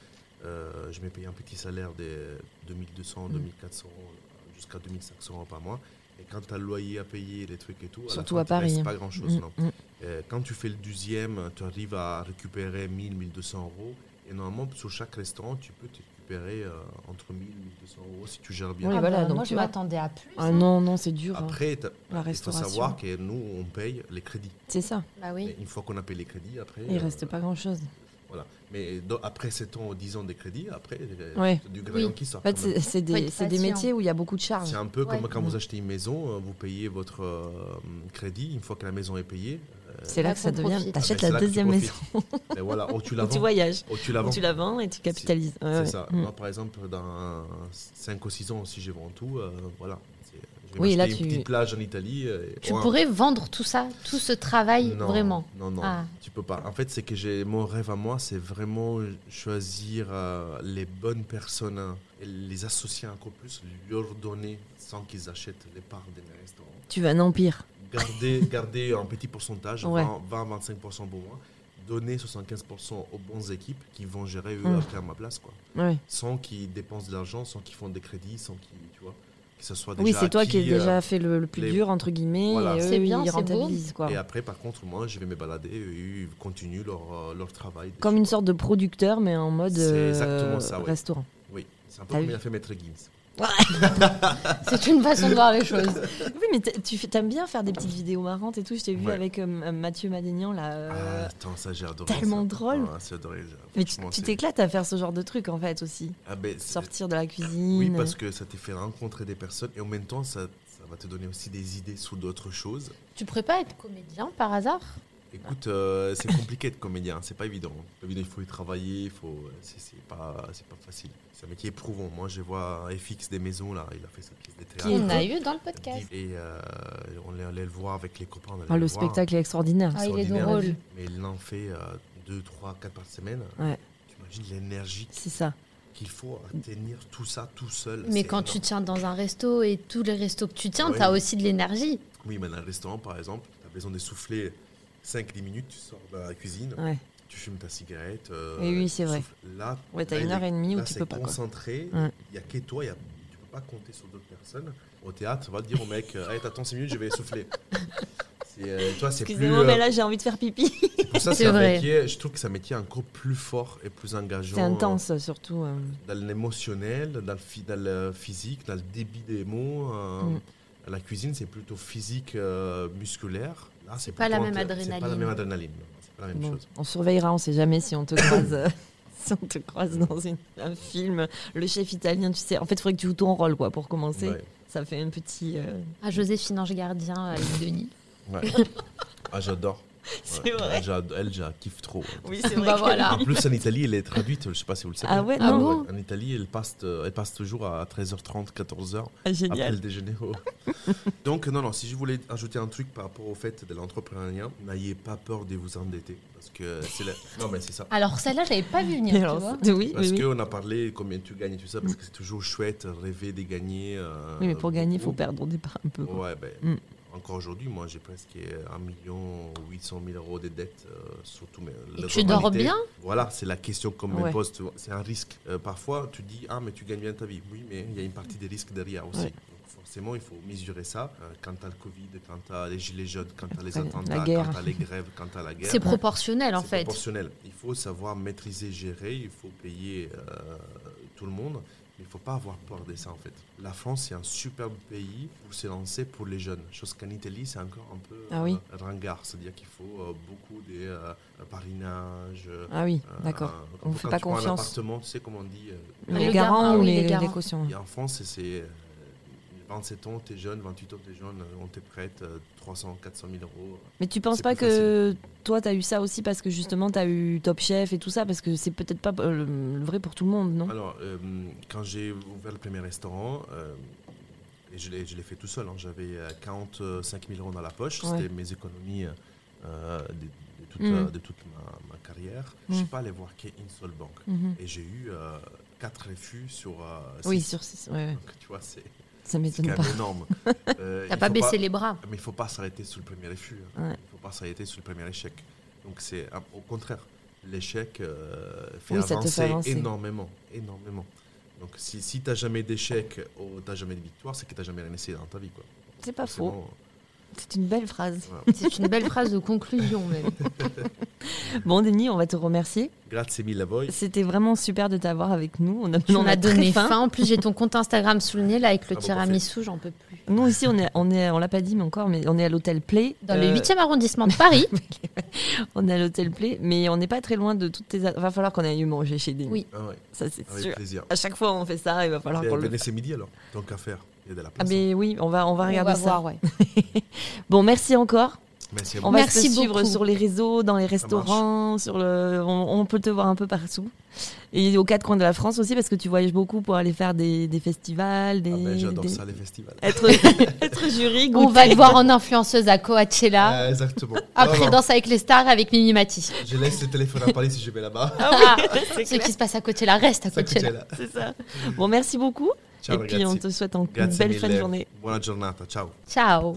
euh, je m'ai payé un petit salaire de 2200, Mm. 2400, euh, jusqu'à 2500 euros par mois. Et quand tu as le loyer à payer, les trucs et tout, la Surtout fin, à tu restes Paris. pas grand chose, Mm, non. mm. Euh, Quand tu fais le deuxième, tu arrives à récupérer 1000, 1200 euros. Et normalement, sur chaque restaurant, tu peux te récupérer euh, entre 1000, 1200 euros si tu gères bien. Oui, Ah voilà, bah, donc moi, tu je vois. m'attendais à plus. Ah hein. non, non, c'est dur. hein. Après, t'as- La il faut restauration. savoir que nous, on paye les crédits. C'est ça. Bah Mais oui. une fois qu'on a payé les crédits, après. Il euh, reste pas grand-chose. Voilà. Mais do- après 7 ans ou 10 ans des crédits, après, euh, Ouais. du grain Oui. qui sort. En fait, quand même. Bah, c'est c'est Faut des, être c'est des patient. métiers où il y a beaucoup de charges. C'est un peu comme Ouais. quand Mm. vous achetez une maison, euh, vous payez votre euh, crédit. Une fois que la maison est payée, C'est là Là que ça qu'on devient. profite. Ah, T'achètes mais c'est la là que tu deuxième maison. profites. ben voilà, ou tu la Ou tu vends. voyages. Ou tu la vends. Tu la vends et tu capitalises. Ouais, ouais. C'est ça. Mm. Moi, par exemple, dans 5 ou 6 ans, si j'ai vendu tout, euh, voilà. C'est- Je vais Oui, là, m'acheter une tu- petite plage en Italie. euh, Tu ou un- pourrais vendre tout ça, tout ce travail, Non, vraiment. Non, non, Ah. tu peux pas. En fait, c'est que j'ai mon rêve à moi, c'est vraiment choisir euh, les bonnes personnes, hein, et les associer encore plus, leur donner sans qu'ils achètent les parts des mes restaurants. Tu vas un empire. Garder, garder un petit pourcentage, Ouais. 20-25% pour moi, donner 75% aux bonnes équipes qui vont gérer eux Mm. après à ma place, quoi. Ouais. Sans qu'ils dépensent de l'argent, sans qu'ils font des crédits, sans qu'ils, tu vois, que ce soit déjà Oui, c'est toi qui as acquis, euh, déjà fait le, le plus les- dur, entre guillemets, Voilà. et C'est eux, bien, ils c'est beau. rentabilisent. Quoi. Et après, par contre, moi, je vais me balader et ils continuent leur, euh, leur travail. Comme une sorte de producteur, mais en mode C'est euh, exactement ça, ouais. restaurant. Oui, c'est un peu T'as comme vu il a fait Maître Gims. C'est une façon de voir les choses. Oui, mais t'es- tu aimes bien faire des petites vidéos marrantes et tout. Je t'ai vu Ouais. avec euh, M- Mathieu Madénian, là. euh, Ah, attends, ça j'ai adoré. tellement ça. drôle. Ah, c'est adoré. ça. Mais tu- Franchement, tu c'est- t'éclates à faire ce genre de truc, en fait, aussi. Ah, ben, c'est- Sortir de la cuisine. Oui, parce que ça te fait rencontrer des personnes et en même temps, ça, ça va te donner aussi des idées sur d'autres choses. Tu pourrais pas être comédien par hasard Écoute, euh, c'est compliqué de comédien, hein, c'est pas évident. Évidemment, il faut y travailler, il faut. euh, C'est c'est pas, c'est pas facile. C'est un métier éprouvant. Moi, je vois FX des maisons là, il a fait sa pièce de théâtre. Qui est On a vrai. eu dans le podcast. Et euh, on allait le voir avec les copains. on allait Ah, le voir. spectacle est extraordinaire. Ah, il est extraordinaire. drôle. Mais il en fait euh, 2, 3, 4 par semaine. Ouais. Tu imagines l'énergie C'est ça. qu'il faut tenir tout ça tout seul. Mais c'est quand tu énorme. tiens dans un resto et tous les restos que tu tiens, Ouais. t'as aussi de l'énergie. Oui, mais dans un restaurant, par exemple, tu as besoin de souffler 5-10 minutes, tu sors de la cuisine, Ouais, tu fumes ta cigarette. euh, Oui, oui, c'est tu vrai. souffles. Là, ouais t'as là, une il heure est- et demie où là, tu c'est peux pas. quoi. concentré, Ouais. il n'y a que toi, il y a- tu peux pas compter sur d'autres personnes. Au théâtre, va dire au mec, euh, Hey, t'attends 5 minutes, je vais souffler. C'est, euh, toi, c'est plus. Excusez-moi, euh, mais là, j'ai envie de faire pipi. c'est pour ça, C'est c'est un vrai. métier, je trouve que c'est un métier encore plus fort et plus engageant. C'est intense, surtout. euh. dans l'émotionnel, dans le, phy- dans le physique, dans le débit des mots. euh, Mm. La cuisine, c'est plutôt physique, euh, musculaire. Là, c'est pas la plutôt même inté- C'est pas la adrénaline. même adrénaline. non, C'est pas la même Bon, chose. on surveillera, on sait jamais si on te croise. euh, Si on te croise dans une- un film, le chef italien, tu sais. En fait, il faudrait que tu joues ton rôle, quoi, pour commencer. Ouais, Ça fait un petit. euh, Ah, Joséphine Ange Gardien, euh, avec Denis. ouais. ah, j'adore. C'est Ouais, vrai. Elle, j'ado- elle, je la kiffe trop. hein. Oui, c'est Bah que- voilà. En plus, en Italie, elle est traduite. Je sais pas si vous le savez. Ah ouais, Ah non. bon En Italie, elle passe, euh, elle passe toujours à 13h30, 14h. Ah, Après le Génial. déjeuner. oh. Donc, non, non, si je voulais ajouter un truc par rapport au fait de l'entrepreneuriat, n'ayez pas peur de vous endetter. Parce que c'est la... Non, mais c'est ça. Alors celle-là, j'avais pas vu venir, Et tu alors, vois. c'est- oui, Parce oui, oui. qu'on a parlé combien tu gagnes et tout ça, parce que c'est toujours chouette, rêver de gagner. euh, Oui, mais pour gagner, il faut beaucoup. perdre au départ un peu. quoi. Ouais, ben, Mm. encore aujourd'hui, moi j'ai presque 1 million 800 000 euros de dettes, euh, surtout. Mais la tu dors totalité. bien Voilà, c'est la question qu'on me Ouais. pose. tu vois. C'est un risque. Euh, parfois, tu dis, ah, mais tu gagnes bien ta vie. Oui, mais il y a une partie des risques derrière aussi. Ouais. Donc, forcément, il faut mesurer ça. Euh, quand tu as le Covid, quand tu as les gilets jaunes, quand tu as les Ouais, la attentats, quand guerre. tu as les grèves, quand tu as la guerre. C'est proportionnel en C'est fait. proportionnel. Il faut savoir maîtriser, gérer, il faut payer euh, tout le monde. Mais il ne faut pas avoir peur de ça en fait. La France, c'est un superbe pays pour se lancer pour les jeunes. Chose qu'en Italie, c'est encore un peu Ah oui. euh, ringard. C'est-à-dire qu'il faut euh, beaucoup des euh, parrainages. euh, Ah oui, d'accord. euh, On quand fait tu pas prends un confiance. appartement, tu sais comment on dit. euh, Mais Les le garants garant, ou oui, les les, les garants. cautions. et en France, c'est euh, 27 ans, tu es jeune, 28 ans, tu es jeune, on te prête euh, 300, 400 000 euros. Mais tu penses C'est pas plus que toi, t'as eu ça aussi parce que justement, t'as eu Top Chef et tout ça, parce que c'est peut-être pas euh, le le vrai pour tout le monde, non Alors, euh, quand j'ai ouvert le premier restaurant, euh, et je l'ai je l'ai fait tout seul, hein, j'avais euh, 45 000 euros dans la poche, Ouais. c'était mes économies euh, euh, de, de toute, Mhm. euh, de toute ma, ma carrière. Je ne suis Mhm. pas allé voir qu'une seule banque. Mhm. Et j'ai eu euh, quatre refus sur euh, Oui, six. sur 6. Ouais, ouais. Donc, tu vois, c'est Ça c'est quand m'étonne pas. même énorme. Euh, T'as il pas faut baissé les bras. Mais il ne faut pas s'arrêter sur le premier refus. hein. Ouais. Il ne faut pas s'arrêter sur le premier échec. Donc, c'est ah, au contraire. L'échec euh, fait, Oui, ça te fait avancer avancer. énormément. énormément. Donc, si, si tu n'as jamais d'échec ou tu n'as jamais de victoire, c'est que tu n'as jamais rien essayé dans ta vie. Quoi. C'est pas faux. Forcément, euh, C'est une belle phrase. C'est une belle phrase de conclusion, même. Bon, Denis, on va te remercier. Grazie mille voi. C'était vraiment super de t'avoir avec nous. On a, Tu on a m'as très donné faim. En plus, j'ai ton compte Instagram sous le nez, là, avec le Ah bon, tiramisu, j'en peux plus. Nous aussi, on est, on est, on l'a pas dit, mais encore, mais on est à l'hôtel Play. Dans Euh, le 8e arrondissement de Paris. On est à l'hôtel Play, mais on n'est pas très loin de toutes tes. a- Va falloir qu'on aille manger chez Denis. Oui. Ah ouais, Ça, c'est avec sûr. plaisir. À chaque fois, on fait ça. Il va falloir qu'on Venez le. venez ce midi alors, tant qu'à faire. Il y a de la Ah, place. mais oui, on va, on va regarder On va ça. voir, ouais. Bon, merci encore. Merci à vous. On va Merci te suivre beaucoup. sur les réseaux, dans les restaurants, sur le, on, on peut te voir un peu partout. Et aux quatre coins de la France aussi, parce que tu voyages beaucoup pour aller faire des, des festivals, des. Ah ben, J'adore des- Ah. ça, les festivals. Être, être jury, On goûter. va te voir en influenceuse à Coachella. Ah, exactement. Après, Non, non, danse avec les stars avec Mimi Mati. Je laisse le téléphone à Paris si je vais là-bas. Ah, C'est ce clair, qui se passe à Coachella reste à Ça coûte Coachella. là. c'est ça. Bon, merci beaucoup. Ciao, Et puis, on ragazzi. te souhaite une Grazie belle mille. fin de journée. Buona giornata, ciao. Ciao.